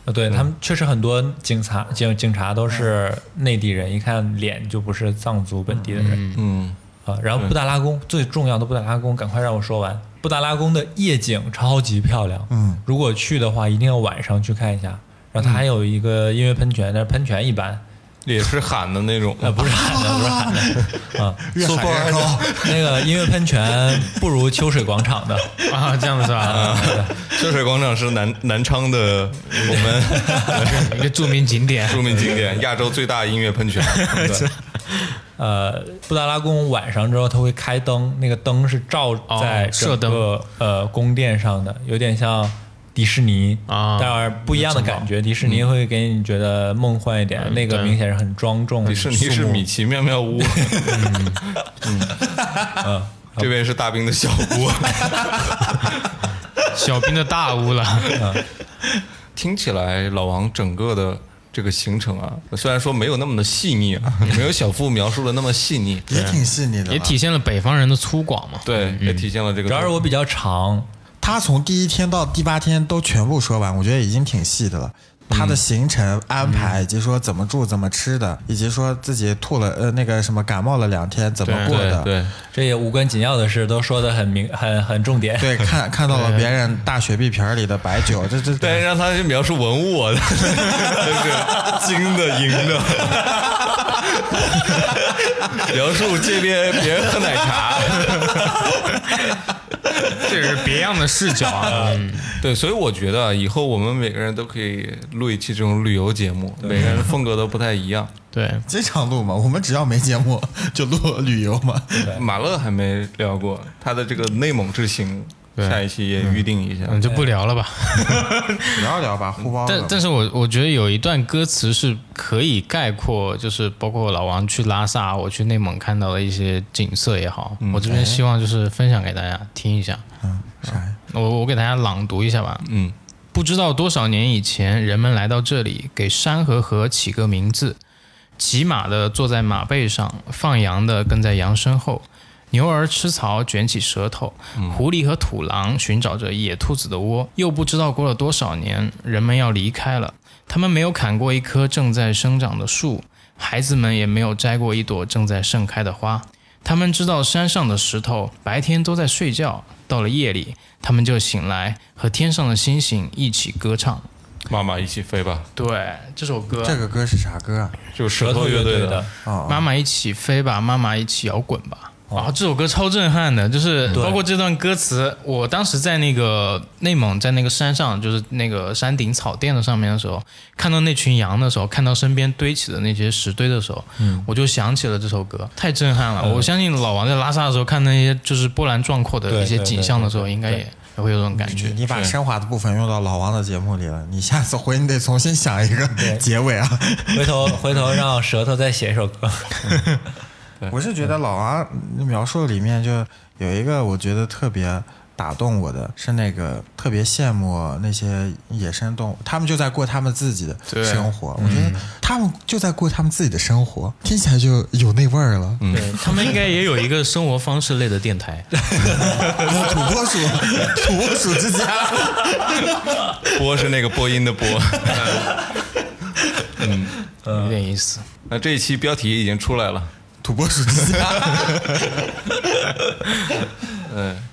Speaker 3: 呃，对他们确实很多警察警警察都是内地人，一看脸就不是藏族本地的人
Speaker 1: 嗯，
Speaker 3: 啊。然后布达拉宫最重要的布达拉宫，赶快让我说完。布达拉宫的夜景超级漂亮，
Speaker 2: 嗯，
Speaker 3: 如果去的话一定要晚上去看一下。然后它还有一个音乐喷泉，但是喷泉一般，
Speaker 1: 也是喊的那种。
Speaker 3: 呃，不是喊的，不是喊 的啊。
Speaker 2: 越喊越高
Speaker 3: 那个音乐喷泉不如秋水广场的，
Speaker 4: 啊，这样子是吧？
Speaker 1: 秋水广场是南南昌的我 们
Speaker 4: 一个著名景点，
Speaker 1: 著名景点，亚洲最大音乐 喷泉。对
Speaker 3: 呃，布达拉宫晚上之后，它会开灯，那个灯是照在
Speaker 4: 哦射
Speaker 3: 整个、呃宫殿上的，有点像迪士尼
Speaker 4: 啊
Speaker 3: 当然不一样的感觉。迪士尼会给你觉得梦幻一点，那个
Speaker 4: 对
Speaker 3: 明显是很庄重的
Speaker 1: 迪士尼是
Speaker 3: 肃穆
Speaker 1: 米奇妙妙屋， 嗯啊
Speaker 3: 嗯
Speaker 1: 这边是大兵的小屋。
Speaker 4: 小兵的大屋 了。
Speaker 1: 听起来老王整个的这个行程啊，虽然说没有那么的细腻啊，没有小付描述的那么细腻，
Speaker 2: 也挺细腻的了，
Speaker 4: 也体现了北方人的粗犷嘛。
Speaker 1: 对，也体现了这个。
Speaker 3: 主要是我比较长，
Speaker 2: 他从第一天到第八天都全部说完，我觉得已经挺细的了。他的行程安排，以及说怎么住、怎么吃的，以及说自己吐了呃那个什么感冒了两天怎么过
Speaker 1: 对
Speaker 2: 的，
Speaker 1: 对，
Speaker 3: 这也无关紧要的事都说的很明很很重点。
Speaker 2: 对看看到了别人大雪碧瓶儿里的白酒，这这
Speaker 1: 但是让他去描述文物啊，就是金的、银的，描述这边别人喝奶茶。
Speaker 4: 这是别样的视角啊！
Speaker 1: 对，所以我觉得啊以后我们每个人都可以录一期这种旅游节目，每个人风格都不太一样。
Speaker 4: 对，
Speaker 2: 经常录嘛，我们只要没节目就录旅游嘛。
Speaker 1: 马乐还没聊过他的这个内蒙之行，
Speaker 4: 对
Speaker 1: 下一期也预定一下。
Speaker 4: 嗯，就不聊了吧。
Speaker 2: 聊一聊吧，互包
Speaker 4: 但但是我我觉得有一段歌词是可以概括，就是包括老王去拉萨，我去内蒙看到的一些景色也好，我这边希望就是分享给大家听一下。
Speaker 2: 嗯，啥呀？
Speaker 4: 我我给大家朗读一下吧。
Speaker 1: 嗯，
Speaker 4: 不知道多少年以前，人们来到这里，给山和河起个名字。骑马的坐在马背上，放羊的跟在羊身后，牛儿吃草卷起舌头，狐狸和土狼寻找着野兔子的窝。又不知道过了多少年，人们要离开了，他们没有砍过一棵正在生长的树，孩子们也没有摘过一朵正在盛开的花。他们知道山上的石头白天都在睡觉，到了夜里，他们就醒来，和天上的星星一起歌唱。
Speaker 1: 妈妈一起飞吧，
Speaker 4: 对，这首歌，
Speaker 2: 这个歌是啥歌啊？
Speaker 1: 就
Speaker 3: 舌
Speaker 1: 舌
Speaker 3: 头
Speaker 1: 头
Speaker 3: 乐
Speaker 1: 乐
Speaker 3: 队
Speaker 1: 队
Speaker 3: 的，
Speaker 2: 哦，
Speaker 4: 妈妈一起飞吧，妈妈一起摇滚吧。
Speaker 3: 哦
Speaker 4: 然后这首歌超震撼的，
Speaker 3: 嗯
Speaker 4: 就是包括这段歌词，我当时在那个内蒙，在那个山上，就是那个山顶草甸的上面的时候，看到那群羊的时候，看到身边堆起的那些石堆的时候，
Speaker 3: 嗯
Speaker 4: 我就想起了这首歌，太震撼了。我相信老王在拉萨的时候看那些就是波澜壮阔的一些
Speaker 3: 对对
Speaker 4: 景象的时候，
Speaker 3: 对对
Speaker 4: 应该
Speaker 3: 对
Speaker 4: 也也会有这种感觉。
Speaker 2: 你把升华的部分用到老王的节目里了，你下次回你得重新想一个结尾啊。
Speaker 3: 回头回头让舌头再写一 首歌。嗯
Speaker 2: 我是觉得老王描述里面就有一个我觉得特别打动我的，是那个特别羡慕那些野生动物，他们就在过他们自己的
Speaker 4: 对
Speaker 2: 生活。我觉得他们就在过他们自己的生活，听起来就有那味儿了。
Speaker 4: 对 他们应该也有一个生活方式类的电 台，
Speaker 2: 土拨鼠，土拨鼠之家。
Speaker 1: 播是那个播音的播。
Speaker 4: 有点意思。
Speaker 1: 那这一期标题已经出来了。
Speaker 2: 土拨鼠之家，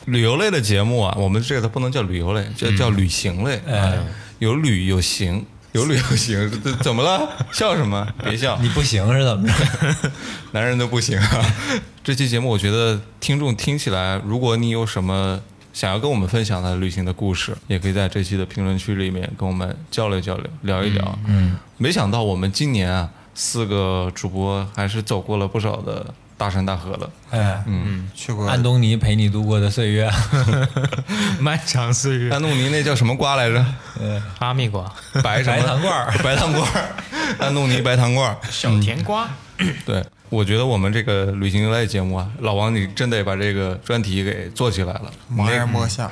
Speaker 1: 旅游类的节目啊，我们这个不能叫旅游类，叫叫旅行类。哎，有旅有行，有旅有行，这这怎么了？笑什么？别笑
Speaker 3: 你，不行是怎么着？
Speaker 1: 男人都不行啊。 这期节目我觉得听众听起来，如果你有什么想要跟我们分享的旅行的故事，也可以在这期的评论区里面跟我们交流交流，聊一聊。嗯，没想到我们今年啊，四个主播还是走过了不少的大山大河 了。
Speaker 3: 哎，
Speaker 1: 嗯
Speaker 2: 去过
Speaker 3: 安东尼陪你度过的岁月，
Speaker 4: 漫长岁月，
Speaker 1: 安东尼那叫什么瓜来 着？
Speaker 4: 哈密瓜、
Speaker 1: 白什么
Speaker 3: 白糖罐儿，
Speaker 1: 白糖罐儿，安东尼白糖罐儿。
Speaker 4: 小甜瓜，
Speaker 1: 对，我觉得我们这个旅行类节目啊，老王你真得把这个专题给做起来了。
Speaker 2: 盲人摸象，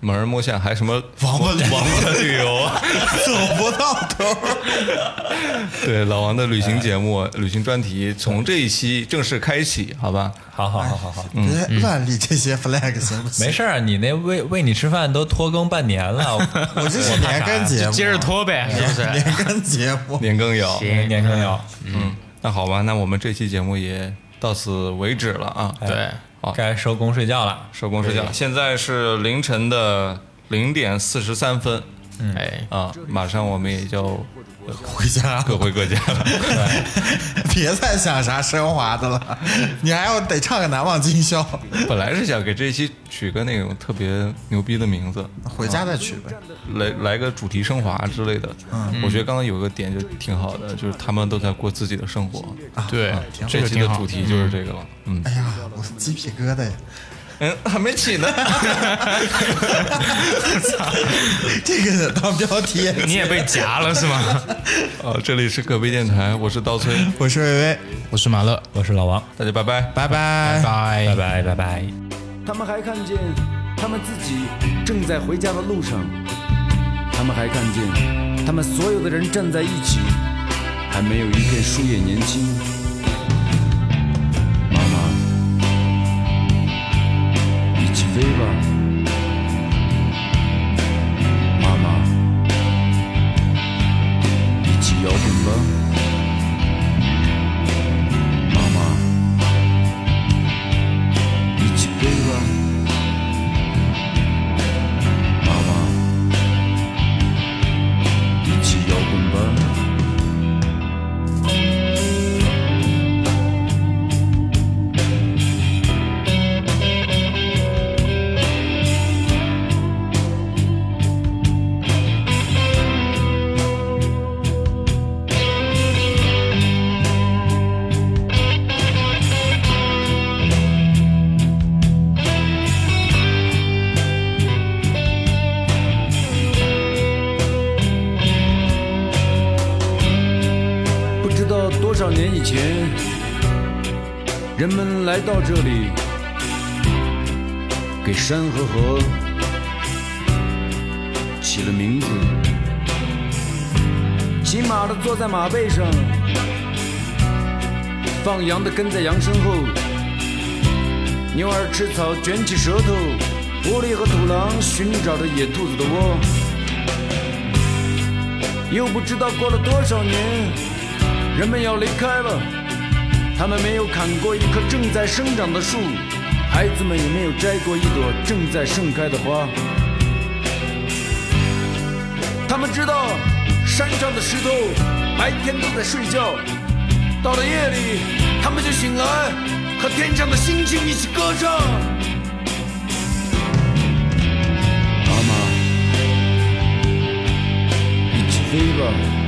Speaker 1: 猛人摸象还什么
Speaker 2: 王八旅
Speaker 1: 王八旅游啊？
Speaker 2: 走不到头儿。
Speaker 1: 对，老王的旅行节目、旅行专题从这一期正式开启，好吧？
Speaker 3: 好好好好好。
Speaker 2: 别乱立这些 flag 行不行？
Speaker 3: 没事儿，啊你那喂喂你吃饭都拖更半年了，
Speaker 2: 我这是年更节目，
Speaker 4: 接着拖呗，是不是？
Speaker 2: 年更节目。
Speaker 1: 年羹尧，
Speaker 4: 行
Speaker 3: 年更要
Speaker 1: 嗯，那好吧，那我们这期节目也到此为止了啊。
Speaker 4: 对，
Speaker 1: 好
Speaker 3: 该收工睡觉了。
Speaker 1: 收工睡觉，现在是凌晨的零点四十三分
Speaker 4: 哎，
Speaker 1: 啊，马上我们也就
Speaker 2: 回家
Speaker 1: 各回各家了。
Speaker 2: 别再想啥升华的了，你还要得唱个难忘今宵，
Speaker 1: 本来是想给这一期取个那种特别牛逼的名字，
Speaker 2: 回家再去呗。
Speaker 1: 来来个主题升华之类的。我觉得刚刚有个点就挺好的，就是他们都在过自己的生活。
Speaker 4: 对，嗯啊
Speaker 1: 这
Speaker 4: 这个
Speaker 1: 期的
Speaker 4: 挺好
Speaker 1: 主题就是这个了。嗯
Speaker 2: 哎呀，我鸡皮疙瘩呀！
Speaker 1: 嗯，还没起 呢。
Speaker 2: 这个当标题，
Speaker 4: 你也被夹了是吗？
Speaker 1: 哦，这里是可悲电台，我是刀崔，
Speaker 2: 我是薇薇，
Speaker 4: 我是马乐，
Speaker 3: 我是老王，
Speaker 1: 大家拜拜。
Speaker 2: 拜拜。
Speaker 3: 拜
Speaker 4: 拜
Speaker 3: 拜拜拜。
Speaker 5: 他们还看见他们自己正在回家的路上，他们还看见他们所有的人站在一起，还没有一个输也年轻。妈妈，一起飞吧。妈妈，一起摇滚吧。妈妈，一起飞吧。妈妈，一起摇滚吧。不知道多少年以前，人们来到这里，给山和河起了名字。骑马的坐在马背上，放羊的跟在羊身后，牛儿吃草卷起舌头，狐狸和土狼寻找着野兔子的窝。又不知道过了多少年，人们要离开了，他们没有砍过一棵正在生长的树，孩子们也没有摘过一朵正在盛开的花。他们知道，山上的石头白天都在睡觉，到了夜里，他们就醒来，和天上的星星一起歌唱。妈妈，一起飞吧。